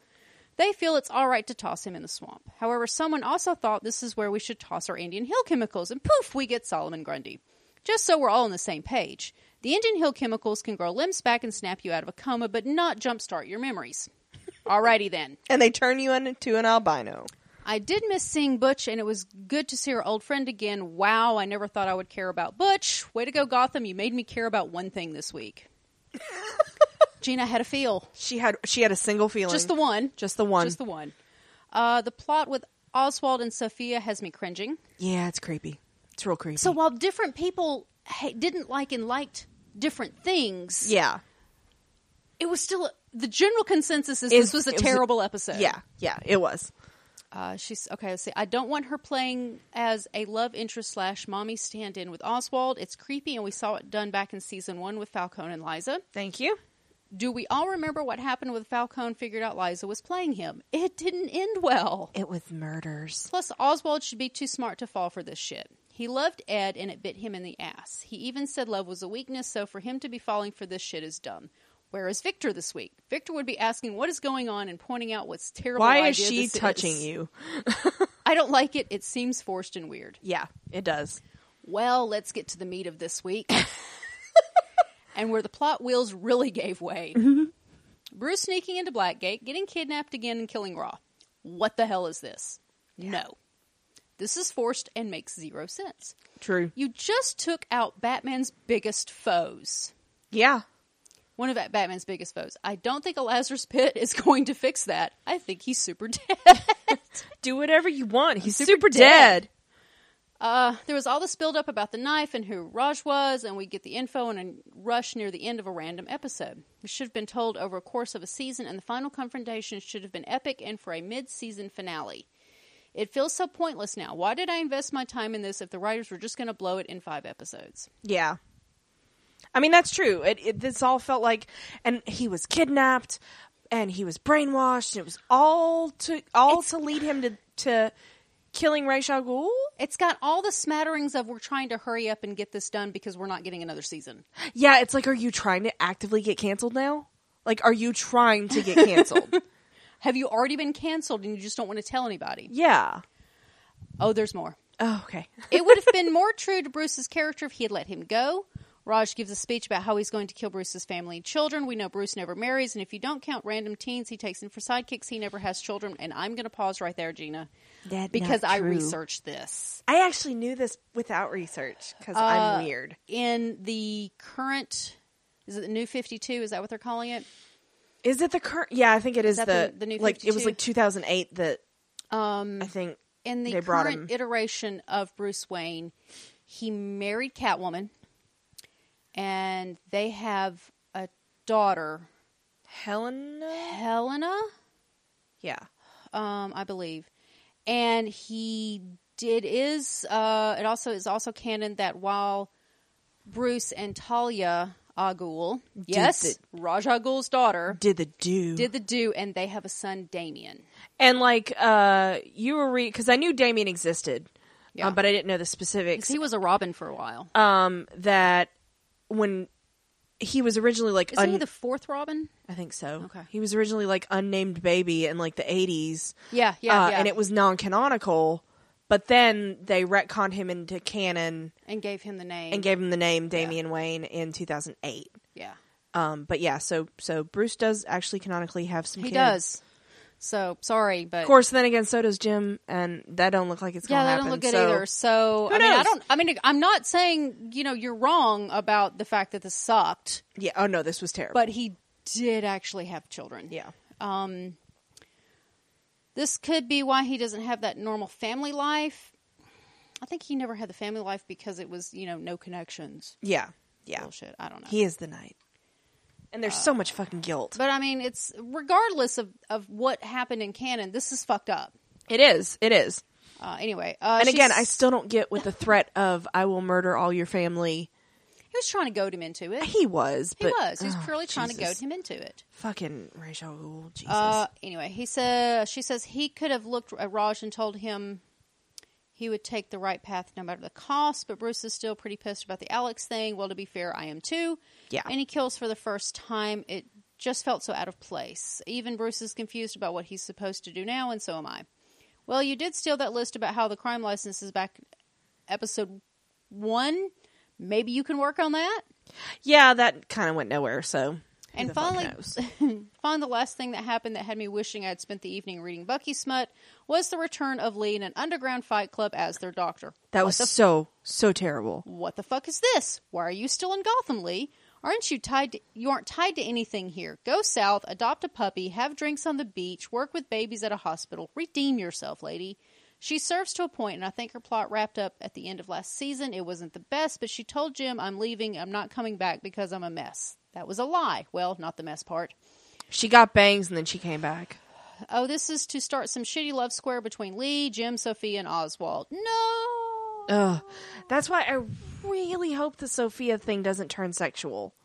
They feel it's all right to toss him in the swamp. However, someone also thought this is where we should toss our Indian Hill chemicals, and poof, we get Solomon Grundy. Just so we're all on the same page. The Indian Hill chemicals can grow limbs back and snap you out of a coma, but not jumpstart your memories. Alrighty then. And they turn you into an albino. I did miss seeing Butch, and it was good to see our old friend again. Wow, I never thought I would care about Butch. Way to go, Gotham. You made me care about one thing this week. <laughs> Gina had a feel. She had she had a single feeling. Just the one. Just the one. Just the one. Uh, the plot with Oswald and Sophia has me cringing. yeah, it's creepy. It's real creepy. So while different people ha- didn't like and liked different things, yeah, it was still the general consensus is, Is- this was a it was a- terrible episode. yeah, yeah. It was. Uh, she's okay. Let's see. I don't want her playing as a love interest slash mommy stand in with Oswald. It's creepy, and we saw it done back in season one with Falcone and Liza. Thank you. Do we all remember what happened when Falcone figured out Liza was playing him? It didn't end well. It was murders. Plus, Oswald should be too smart to fall for this shit. He loved Ed, and it bit him in the ass. He even said love was a weakness, so for him to be falling for this shit is dumb. Where is Victor this week? Victor would be asking what is going on and pointing out what's terrible. Why idea is she this touching is. you? I don't like it. It seems forced and weird. Yeah, it does. Well, let's get to the meat of this week. and where the plot wheels really gave way. Bruce sneaking into Blackgate, getting kidnapped again, and killing Raw. What the hell is this? No. This is forced and makes zero sense. True. You just took out Batman's biggest foes. Yeah. One of Bat- Batman's biggest foes. I don't think a Lazarus Pit is <laughs> going to fix that. I think he's super dead. Do whatever you want. He's super, super dead. dead. Uh, there was all this buildup about the knife and who Raj was, and we get the info in a rush near the end of a random episode. We should have been told over a course of a season, and the final confrontation should have been epic and for a mid season finale. It feels so pointless now. Why did I invest my time in this if the writers were just going to blow it in five episodes? Yeah. I mean, that's true. It, it this all felt like, and he was kidnapped, and he was brainwashed. And it was all to all to lead him to to killing Ra's al Ghul. It's got all the smatterings of we're trying to hurry up and get this done because we're not getting another season. Yeah, it's like, are you trying to actively get canceled now? Like, are you trying to get canceled? Have you already been canceled and you just don't want to tell anybody? <laughs> yeah. Oh, there's more. Oh, okay. it would have been more true to Bruce's character if he had let him go. Raj gives a speech about how he's going to kill Bruce's family and children. We know Bruce never marries, and if you don't count random teens he takes in for sidekicks, he never has children. And I'm going to pause right there, Gina, That because not I true. researched this. I actually knew this without research because I'm Uh, weird. In the current, is it the new 52? Is that what they're calling it? Is it the current? Yeah, I think it is that the, the- the new like it was 52? like 2008 that Um, I think in the they brought him. current iteration of Bruce Wayne, he married Catwoman, and they have a daughter, Helena. Helena. Yeah. um, I believe, and he did is uh, it also is also canon that while Bruce and Talia Agul, yes, Raja Agul's daughter, Did the do did the do, and they have a son, Damien. and like uh you were reading because I knew Damien existed, Yeah. um, but I didn't know the specifics. He was a Robin for a while. um, that when he was originally like Isn't un- he the fourth Robin? I think so. Okay. He was originally like unnamed baby in like the 80s. Yeah, yeah, uh, yeah. And it was non canonical, but then they retconned him into canon And gave him the name. and gave him the name Damian Wayne in 2008. yeah, Um, but yeah, so so Bruce does actually canonically have some. he kids. does. So sorry, but Of course, then again, so does Jim, and that don't look like it's Yeah, gonna that happen. don't look good so- either. So Who I mean, I knows? don't. I mean, I'm not saying you know you're wrong about the fact that this sucked. Yeah. Oh no, this was terrible. but he did actually have children. yeah, Um, this could be why he doesn't have that normal family life. I think he never had the family life because it was, you know, no connections. yeah, yeah. Bullshit. I don't know. He is the knight, and there's so much fucking guilt. but I mean, it's regardless of, of what happened in canon, this is fucked up. It is. It is. Uh, anyway, uh, And she's- again, I still don't get with the threat of "I will murder all your family." he was trying to goad him into it. He He was. but, was. He was oh, purely trying to Jesus. goad him into it. Fucking Rachel. Gould, Jesus. Uh, anyway, he says she says he could have looked at Raj and told him he would take the right path no matter the cost. But Bruce is still pretty pissed about the Alex thing. Well, to be fair, I am too. Yeah. and he kills for the first time. It just felt so out of place. Even Bruce is confused about what he's supposed to do now, and so am I. Well, you did steal that list about how the crime license is back, episode one. Maybe you can work on that. yeah, that kind of went nowhere. So and the fuck finally, knows? <laughs> finally, the last thing that happened that had me wishing I had spent the evening reading Bucky Smut was the return of Lee in an underground fight club as their doctor. That was so so terrible. What the fuck is this? Why are you still in Gotham, Lee? Aren't you tied? To, you aren't tied to anything here. Go south, adopt a puppy, have drinks on the beach, work with babies at a hospital. Redeem yourself, lady. She serves to a point, and I think her plot wrapped up at the end of last season. It wasn't the best, but she told Jim, "I'm leaving. I'm not coming back because I'm a mess." That was a lie. Well, not the mess part. She got bangs and then she came back. Oh, this is to start some shitty love square between Lee, Jim, Sophia, and Oswald. No. Ugh. That's why I really hope the Sophia thing doesn't turn sexual.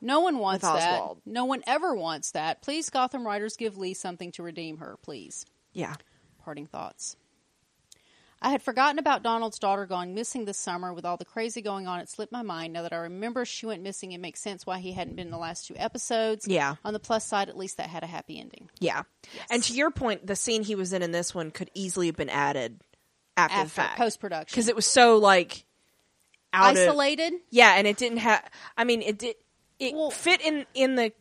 No one wants With that. Oswald. No one ever wants that. Please, Gotham writers, give Lee something to redeem her, please. Yeah. Parting thoughts. I had forgotten about Donald's daughter going missing this summer. With all the crazy going on, it slipped my mind. Now that I remember she went missing, it makes sense why he hadn't been in the last two episodes. Yeah. On the plus side, at least that had a happy ending. Yeah. And to your point, the scene he was in in this one could easily have been added after, the After fact. post production. Because it was so, like, out of- Isolated? yeah, and it didn't have. I mean, it did. It Well- fit in in the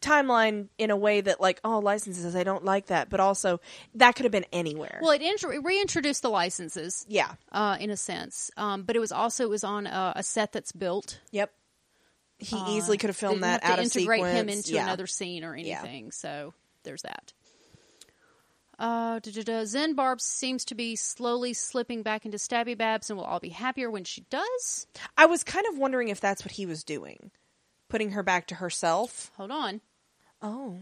timeline in a way that, like, oh, licenses, I don't like that. But also, that could have been anywhere. Well, it, intro- it reintroduced the licenses. yeah. Uh, in a sense, um, but it was also it was on a, a set that's built. Yep. He Uh, easily could have filmed they that didn't out have of to integrate sequence. him into yeah. another scene or anything. So there's that. Uh, duh, duh, duh. Zen Barb seems to be slowly slipping back into Stabby Babs, and we'll all be happier when she does. I was kind of wondering if that's what he was doing, putting her back to herself. Hold on. Oh,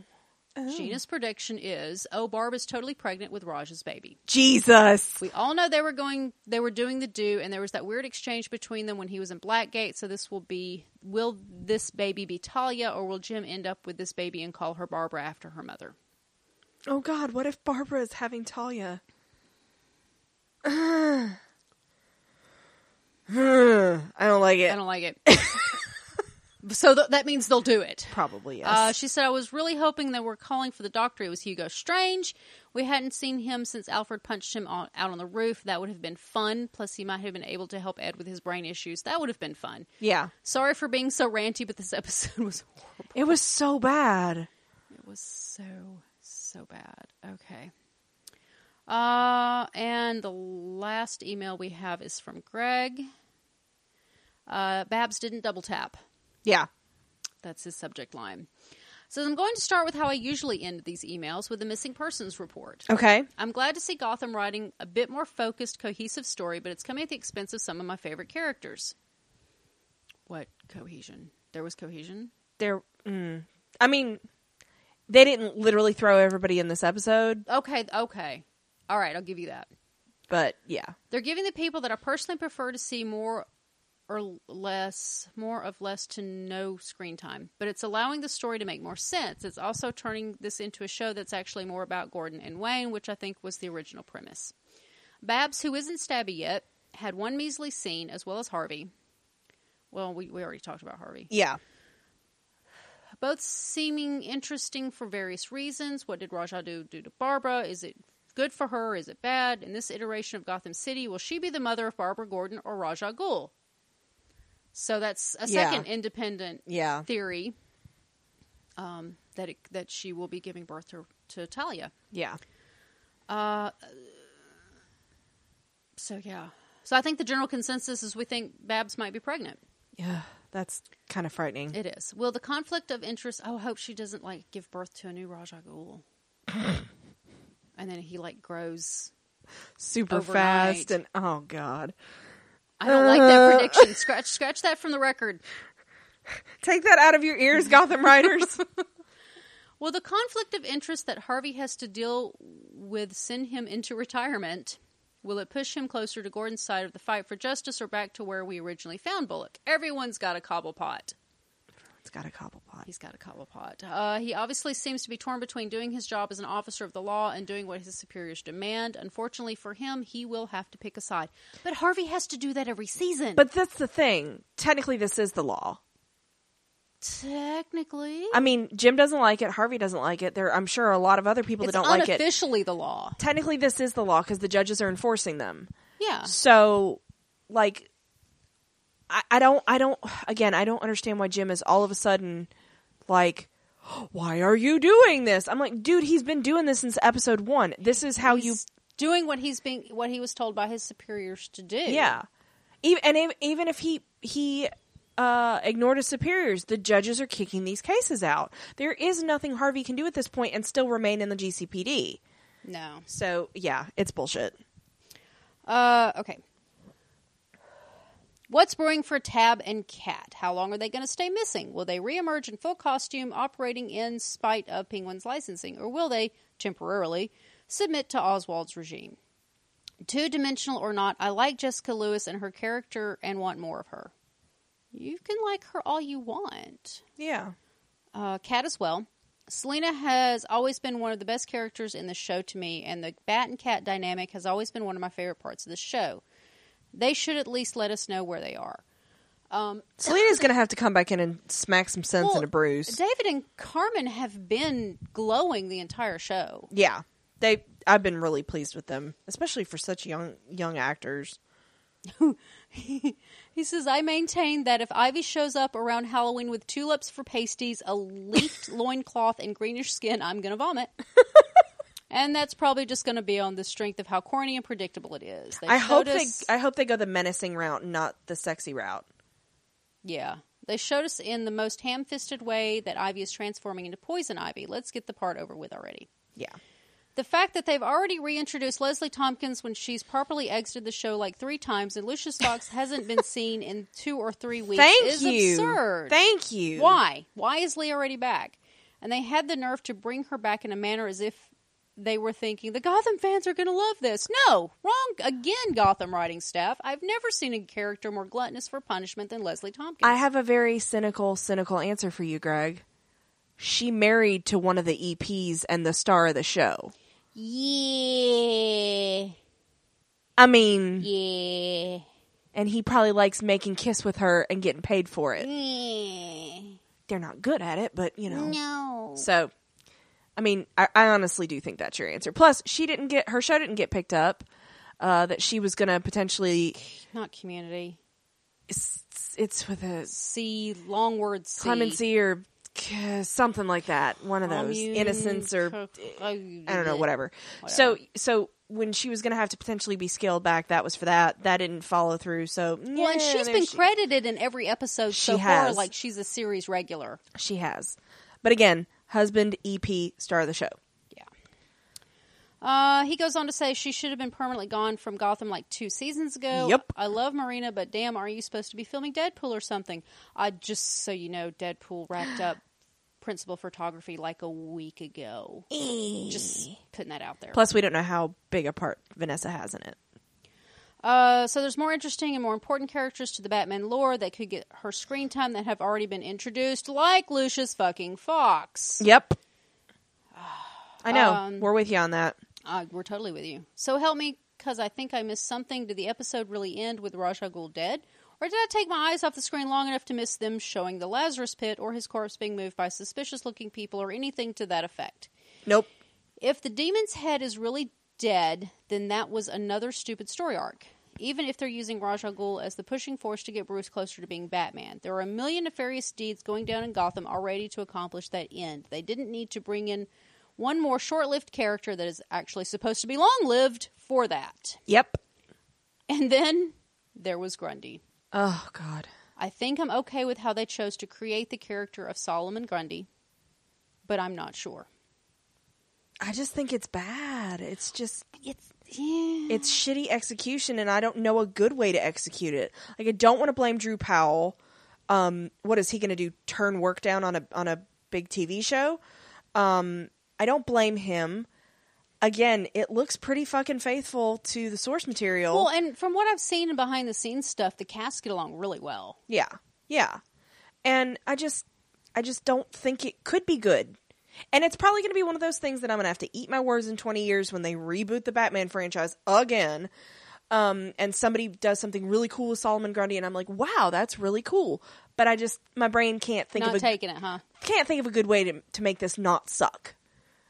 Gina's prediction is: Oh, Barb is totally pregnant with Raj's baby. Jesus! We all know they were going, they were doing the do, and there was that weird exchange between them when he was in Blackgate. So this will be: Will this baby be Talia, or will Jim end up with this baby and call her Barbara after her mother? Oh God! What if Barbara is having Talia? <sighs> I don't like it. I don't like it. so th- that means they'll do it. Probably yes. Uh, she said, I was really hoping they were calling for the doctor. It was Hugo Strange. We hadn't seen him since Alfred punched him on, out on the roof. That would have been fun. Plus, he might have been able to help Ed with his brain issues. That would have been fun. yeah, Sorry for being so ranty, but this episode <laughs> was horrible. it was so bad. It was so, so bad. Okay. Uh, and the last email we have is from Greg. Uh, Babs didn't double tap. Yeah, That's his subject line. So I'm going to start with how I usually end these emails with the missing persons report. Okay. I'm glad to see Gotham writing a bit more focused, cohesive story, but it's coming at the expense of some of my favorite characters. What cohesion? There was cohesion? There. Mm, I mean, they didn't literally throw everybody in this episode, Okay, okay. All right, I'll give you that. but yeah, They're giving the people that I personally prefer to see more or less, more of less to no screen time, but it's allowing the story to make more sense. It's also turning this into a show that's actually more about Gordon and Wayne, which I think was the original premise. Babs, who isn't stabby yet, had one measly scene, as well as Harvey. Well, we, we already talked about Harvey yeah, both seeming interesting for various reasons. What did Raja do, do to Barbara? Is it good for her? Is it bad? In this iteration of Gotham City, will she be the mother of Barbara Gordon or Raja Ghul? So that's a Yeah. second independent yeah, theory um, that it, that she will be giving birth to, to Talia. yeah. Uh, so yeah. So I think the general consensus is we think Babs might be pregnant. Yeah, that's kind of frightening. It is. Will the conflict of interest? Oh, I hope she doesn't like give birth to a new Raja Ghul. and then he like grows. Super overnight. fast and oh god. I don't like that prediction. Scratch, scratch that from the record. Take that out of your ears, Gotham <laughs> writers. Will the conflict of interest that Harvey has to deal with send him into retirement? Will it push him closer to Gordon's side of the fight for justice or back to where we originally found Bullock? Everyone's got a cobble pot. it's got a cobble pot. He's got a cobble pot. Uh, he obviously seems to be torn between doing his job as an officer of the law and doing what his superiors demand. Unfortunately for him, he will have to pick a side. But Harvey has to do that every season. But that's the thing. Technically this is the law. technically, I mean, Jim doesn't like it, Harvey doesn't like it. There I'm sure a lot of other people it's that don't like it. unofficially the law. Technically this is the law cuz the judges are enforcing them. Yeah, So like I, I don't I don't again, I don't understand why Jim is all of a sudden like, <gasps> why are you doing this? I'm like, dude, he's been doing this since episode one. This is how you He's doing what he's being what he was told by his superiors to do. Yeah. Even and ev- even if he he uh, ignored his superiors, the judges are kicking these cases out. There is nothing Harvey can do at this point and still remain in the GCPD. No. So yeah, it's bullshit. Uh, okay. What's brewing for Tab and Cat? How long are they going to stay missing? Will they reemerge in full costume, operating in spite of Penguin's licensing, or will they, temporarily, submit to Oswald's regime? Two dimensional or not, I like Jessica Lewis and her character and want more of her. You can like her all you want Yeah. uh, Cat as well. Selena has always been one of the best characters in the show to me, and the bat and cat dynamic has always been one of my favorite parts of the show. They should at least let us know where they are. Um, Selena's gonna have to come back in and smack some sense well, into Bruce. David and Carmen have been glowing the entire show. yeah. They I've been really pleased with them, especially for such young young actors. He says, I maintain that if Ivy shows up around Halloween with tulips for pasties, <laughs> a leafed loincloth, and greenish skin, I'm going to vomit. and that's probably just going to be on the strength of how corny and predictable it is. They I hope showed they us- I hope they go the menacing route, not the sexy route. Yeah. They showed us in the most ham fisted way that Ivy is transforming into poison Ivy. Let's get the part over with already. Yeah. The fact that they've already reintroduced Leslie Tompkins when she's properly exited the show like three times and Lucius Fox <laughs> hasn't been seen in two or three weeks Thank is you. absurd. Thank you. Why? Why is Lee already back? And they had the nerve to bring her back in a manner as if they were thinking the Gotham fans are going to love this. No, wrong again, Gotham writing staff. I've never seen a character more gluttonous for punishment than Leslie Tompkins. I have a very cynical, cynical answer for you, Greg. She married to one of the EPs and the star of the show. Yeah. I mean, Yeah. and he probably likes making kiss with her and getting paid for it. They're not good at it, but you know. No. So, I mean, I, I honestly do think that's your answer. Plus, she didn't get her show didn't get picked up. Uh, that she was gonna potentially. Not community. It's, it's with a C, long word C. clemency or uh, something like that. One of those Commune- innocence or I don't know, Mm-hmm. whatever. So so when she was going to have to potentially be scaled back, that was for that. That didn't follow through. So Well, and yeah, she's there been she, credited in every episode She so far, has. like she's a series regular. she has. But again, husband, EP, star of the show. Yeah. Uh, he goes on to say she should have been permanently gone from Gotham like two seasons ago. Yep. I love Marina, but damn, are you supposed to be filming Deadpool or something? I just so you know, Deadpool <gasps> wrapped up principal photography like a week ago. just putting that out there. Eh. Plus, we don't know how big a part Vanessa has in it. Uh, so there's more interesting and more important characters to the Batman lore that could get her screen time that have already been introduced, like Lucius fucking Fox. Yep. <sighs> I know. Um, We're with you on that. Uh, we're totally with you. So help me, because I think I missed something. Did the episode really end with Raja Ghul dead? Or did I take my eyes off the screen long enough to miss them showing the Lazarus pit or his corpse being moved by suspicious looking people or anything to that effect? Nope. If the demon's head is really dead, then that was another stupid story arc. Even if they're using Raja Ghul as the pushing force to get Bruce closer to being Batman, there are a million nefarious deeds going down in Gotham already to accomplish that end. They didn't need to bring in one more short lived character that is actually supposed to be long lived for that. Yep. And then there was Grundy. Oh God. I think I'm okay with how they chose to create the character of Solomon Grundy, but I'm not sure. I just think it's bad. It's just It's. Yeah. it's shitty execution and i don't know a good way to execute it like i don't want to blame drew powell um what is he going to do turn work down on a on a big tv show um i don't blame him again it looks pretty fucking faithful to the source material Well, and from what I've seen in behind the scenes stuff, the cast get along really well. yeah yeah and i just i just don't think it could be good and it's probably going to be one of those things that i'm going to have to eat my words in 20 years when they reboot the batman franchise again um, and somebody does something really cool with solomon grundy and i'm like wow that's really cool but i just my brain can't think of Not a taking it, huh? can't think of a good way to, to make this not suck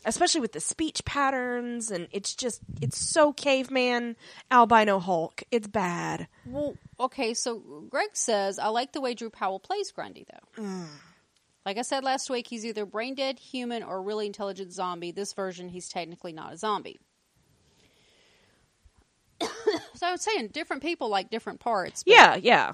especially with the speech patterns and it's just it's so caveman albino hulk it's bad Mm. Well, okay, so Greg says, I like the way Drew Powell plays Grundy, though. Like I said last week, he's either brain dead human or really intelligent zombie. This version, he's technically not a zombie. <coughs> so I was saying different people like different parts. but, Yeah, yeah.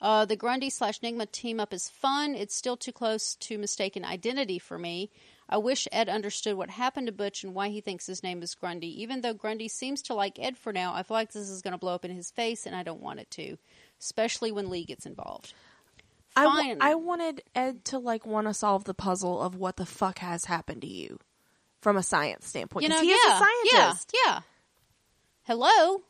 Uh, the Grundy slash Nigma team up is fun. It's still too close to mistaken identity for me. I wish Ed understood what happened to Butch and why he thinks his name is Grundy. Even though Grundy seems to like Ed for now, I feel like this is going to blow up in his face, and I don't want it to, especially when Lee gets involved. I, w- Fine. I wanted Ed to like want to solve the puzzle of what the fuck has happened to you from a science standpoint. you know, Because he yeah, is a scientist. Yeah, yeah. Hello.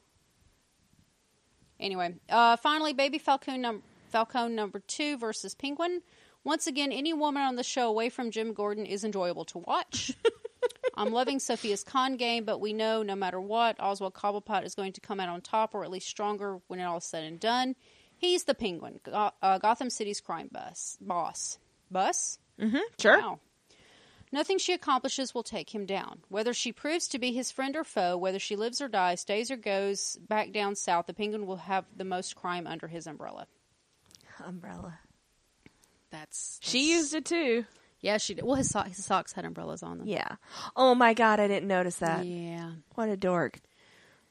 Anyway, uh, finally, Baby Falcon num- Falcon number two versus Penguin. Once again, any woman on the show away from Jim Gordon is enjoyable to watch. <laughs> I'm loving Sophia's con game, but we know no matter what, Oswald Cobblepot is going to come out on top, or at least stronger when it all is said and done. He's the Penguin, Go- uh, Gotham City's crime bus boss. Bus. Mm-hmm, sure. Wow. Nothing she accomplishes will take him down. Whether she proves to be his friend or foe, whether she lives or dies, stays or goes back down south, the penguin will have the most crime under his umbrella. Umbrella. That's, She used it too. Yeah, she did. Well, his, so- his socks had umbrellas on them. Yeah. Oh my god, I didn't notice that. Yeah. What a dork.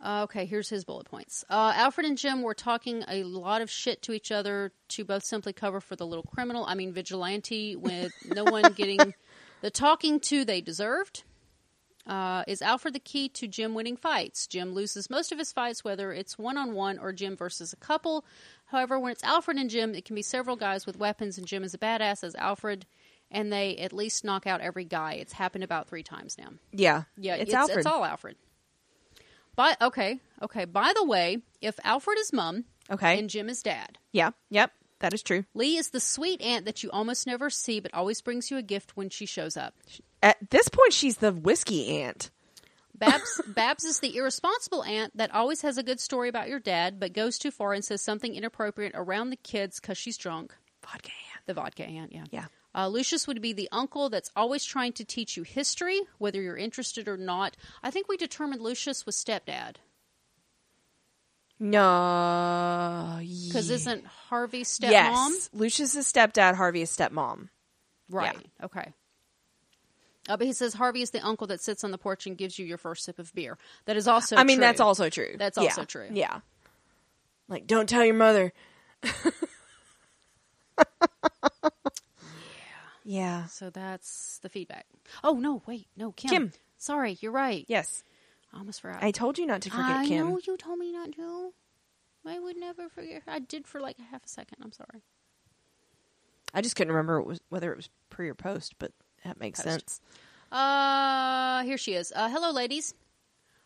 Uh, okay, here's his bullet points. Uh, Alfred and Jim were talking a lot of shit to each other to both simply cover for the little criminal, I mean, vigilante, with no one getting the talking to they deserved. Uh, is Alfred the key to Jim winning fights? Jim loses most of his fights, whether it's one on one or Jim versus a couple. However, when it's Alfred and Jim, it can be several guys with weapons, and Jim is a badass as Alfred, and they at least knock out every guy. It's happened about three times now. Yeah. Yeah, It's, it's, Alfred. It's all Alfred. By okay, okay. By the way, if Alfred is mum, Okay. and Jim is dad, yeah. Yep. That is true. Lee is the sweet aunt that you almost never see, but always brings you a gift when she shows up. At this point, she's the whiskey aunt. <laughs> Babs, Babs is the irresponsible aunt that always has a good story about your dad, but goes too far and says something inappropriate around the kids because she's drunk. Vodka aunt. The vodka aunt, yeah. Yeah. Uh, Lucius would be the uncle that's always trying to teach you history, whether you're interested or not. I think we determined Lucius was stepdad. No. Because yeah. isn't Harvey stepmom? Yes. Lucius is stepdad, Harvey is stepmom. Right. Okay. Uh, but he says Harvey is the uncle that sits on the porch and gives you your first sip of beer. That is also I mean, true. that's also true. That's Yeah. also true. Yeah. Like, don't tell your mother. <laughs> yeah. So that's the feedback. Oh, no, wait. No, Kim. Kim. Sorry, you're right. Yes. I almost forgot. I told you not to forget I Kim. know you told me not to. I would never forget. I did for like half a second. I'm sorry. I just couldn't remember it was, whether it was pre or post, but that makes Post. sense. Uh, here she is. Uh, hello, ladies.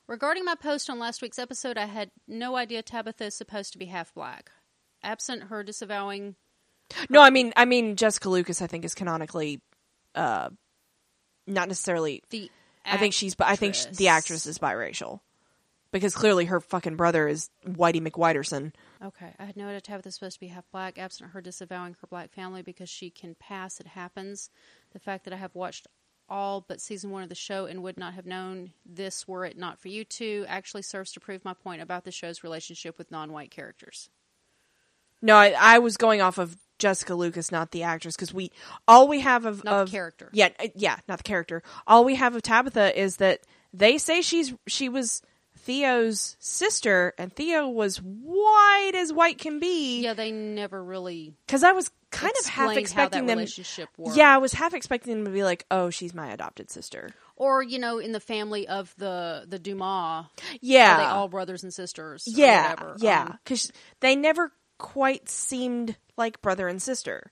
Regarding my post on last week's episode, I had no idea Tabitha is supposed to be half black. Absent her disavowing No, I mean, I mean, Jessica Lucas, I think, is canonically, uh, not necessarily. the I think she's, but I think sh the actress is biracial because clearly her fucking brother is Whitey McWhiterson. Okay, I had no idea Tabitha's supposed to be half black, absent her disavowing her black family because she can pass. It happens. The fact that I have watched all but season one of the show and would not have known this were it not for you two actually serves to prove my point about the show's relationship with non-white characters. No, I, I was going off of Jessica Lucas, not the actress, because we all we have of, Not the of- character. Yeah, uh, yeah, not the character. All we have of Tabitha is that they say she's she was Theo's sister, and Theo was white as white can be. Yeah, they never really Because I was kind of half explained expecting how that them. relationship worked. Yeah, I was half expecting them to be like, "Oh, she's my adopted sister." or you know, in the family of the the Dumas, are Yeah, they all brothers and sisters? or yeah, whatever? yeah. Um, Because they never quite seemed like brother and sister.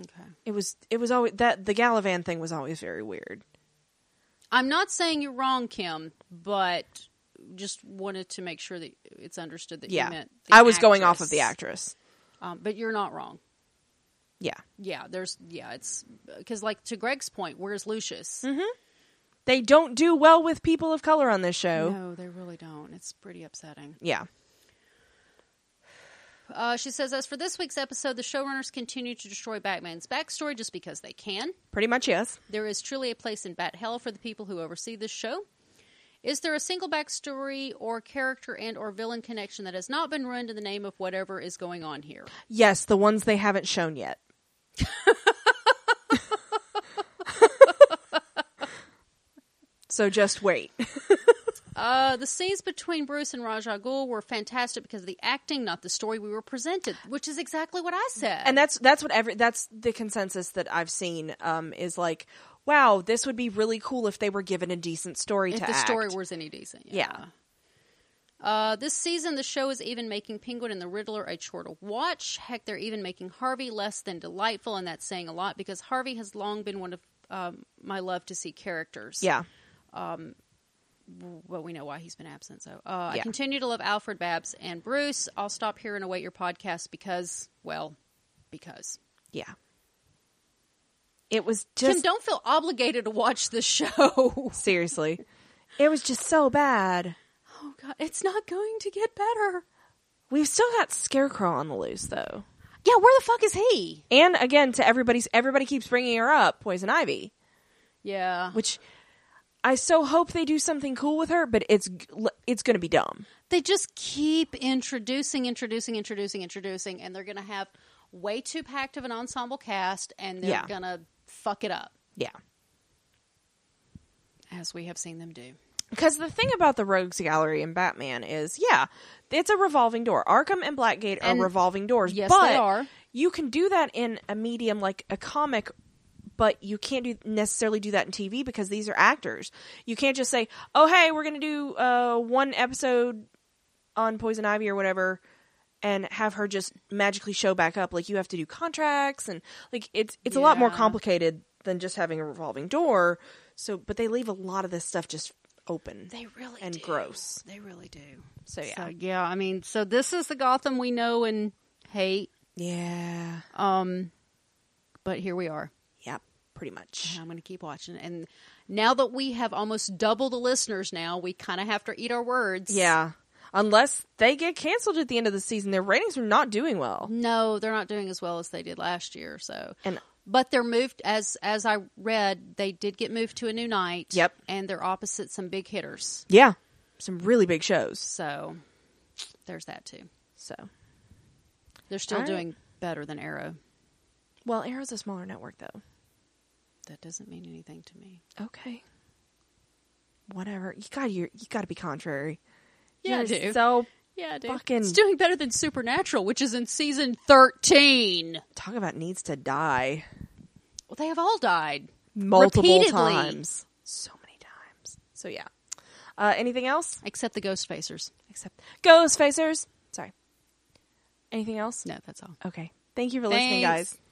okay. It was it was always that the Galavan thing was always very weird. I'm not saying you're wrong, Kim, but just wanted to make sure that it's understood that Yeah. you meant. the I was going off of the actress. actress. um, but you're not wrong. Yeah. Yeah, there's yeah, it's because like to Greg's point, where's Lucius? Mm-hmm. They don't do well with people of color on this show. No, they really don't. It's pretty upsetting. Yeah. Uh, she says, as for this week's episode, the showrunners continue to destroy Batman's backstory just because they can. Pretty much yes. There is truly a place in Bat Hell for the people who oversee this show. Is there a single backstory or character and or villain connection that has not been ruined in the name of whatever is going on here? <laughs> Yes, the ones they haven't shown yet. So just wait. Uh, the scenes between Bruce and Rajah Ghul were fantastic because of the acting, not the story we were presented, which is exactly what I said. and that's that's what every that's the consensus that I've seen um, is like, wow, this would be really cool if they were given a decent story if to the story act. was any decent, yeah. Uh, this season, the show is even making Penguin and the Riddler a shorter watch. Heck, they're even making Harvey less than delightful, and that's saying a lot because Harvey has long been one of um, my love to see characters. yeah, Well, we know why he's been absent. So uh, I Yeah. continue to love Alfred Babs and Bruce. I'll stop here and await your podcast because, well, because. yeah. It was Tim, just don't feel obligated to watch the show. <laughs> oh seriously, it was just so bad. God, it's not going to get better. We've still got Scarecrow on the loose though, Yeah, Oh, where the fuck is he? and again to everybody's everybody keeps bringing her up, Poison Ivy, Yeah, which I so hope they do something cool with her, but it's g- it's going to be dumb. they just keep introducing, introducing, introducing, introducing, and they're going to have way too packed of an ensemble cast, and they're Yeah. going to fuck it up, Yeah. as we have seen them do. Because the thing about the Rogues Gallery and Batman is, yeah, it's a revolving door. Arkham and Blackgate are And- revolving doors. yes, but they are. You can do that in a medium like a comic, but you can't do necessarily do that in TV because these are actors. You can't just say, "Oh, hey, we're going to do uh, one episode on Poison Ivy or whatever." And have her just magically show back up. Like you have to do contracts and like it's it's a lot more Yeah. complicated than just having a revolving door. So, but they leave a lot of this stuff just open. They really And do. gross. They really do. So yeah, So yeah, I mean, so this is the Gotham we know and hate. yeah, Um, but here we are. yep, pretty much. And I'm going to keep watching. it. And now that we have almost double the listeners now, we kind of have to eat our words. Yeah, unless they get canceled at the end of the season, their ratings are not doing well. No, they're not doing as well as they did last year. So, And but they're moved as as I read, they did get moved to a new night. Yep. And they're opposite some big hitters. yeah, some really big shows. So there's that too. So They're still All right. doing better than Arrow. well, Arrow's a smaller network though. That doesn't mean anything to me. Okay, whatever. You got you. You got to be contrary. Yeah, I You're do. So Yeah, dude. Fucking- It's doing better than Supernatural, which is in season 13. talk about needs to die Well, they have all died. multiple Repeatedly. times. So many times. So yeah. Uh, anything else? Except the Ghost Facers. except ghost facers. Sorry. Anything else? No, that's all. Okay. Thank you for listening, Thanks. guys.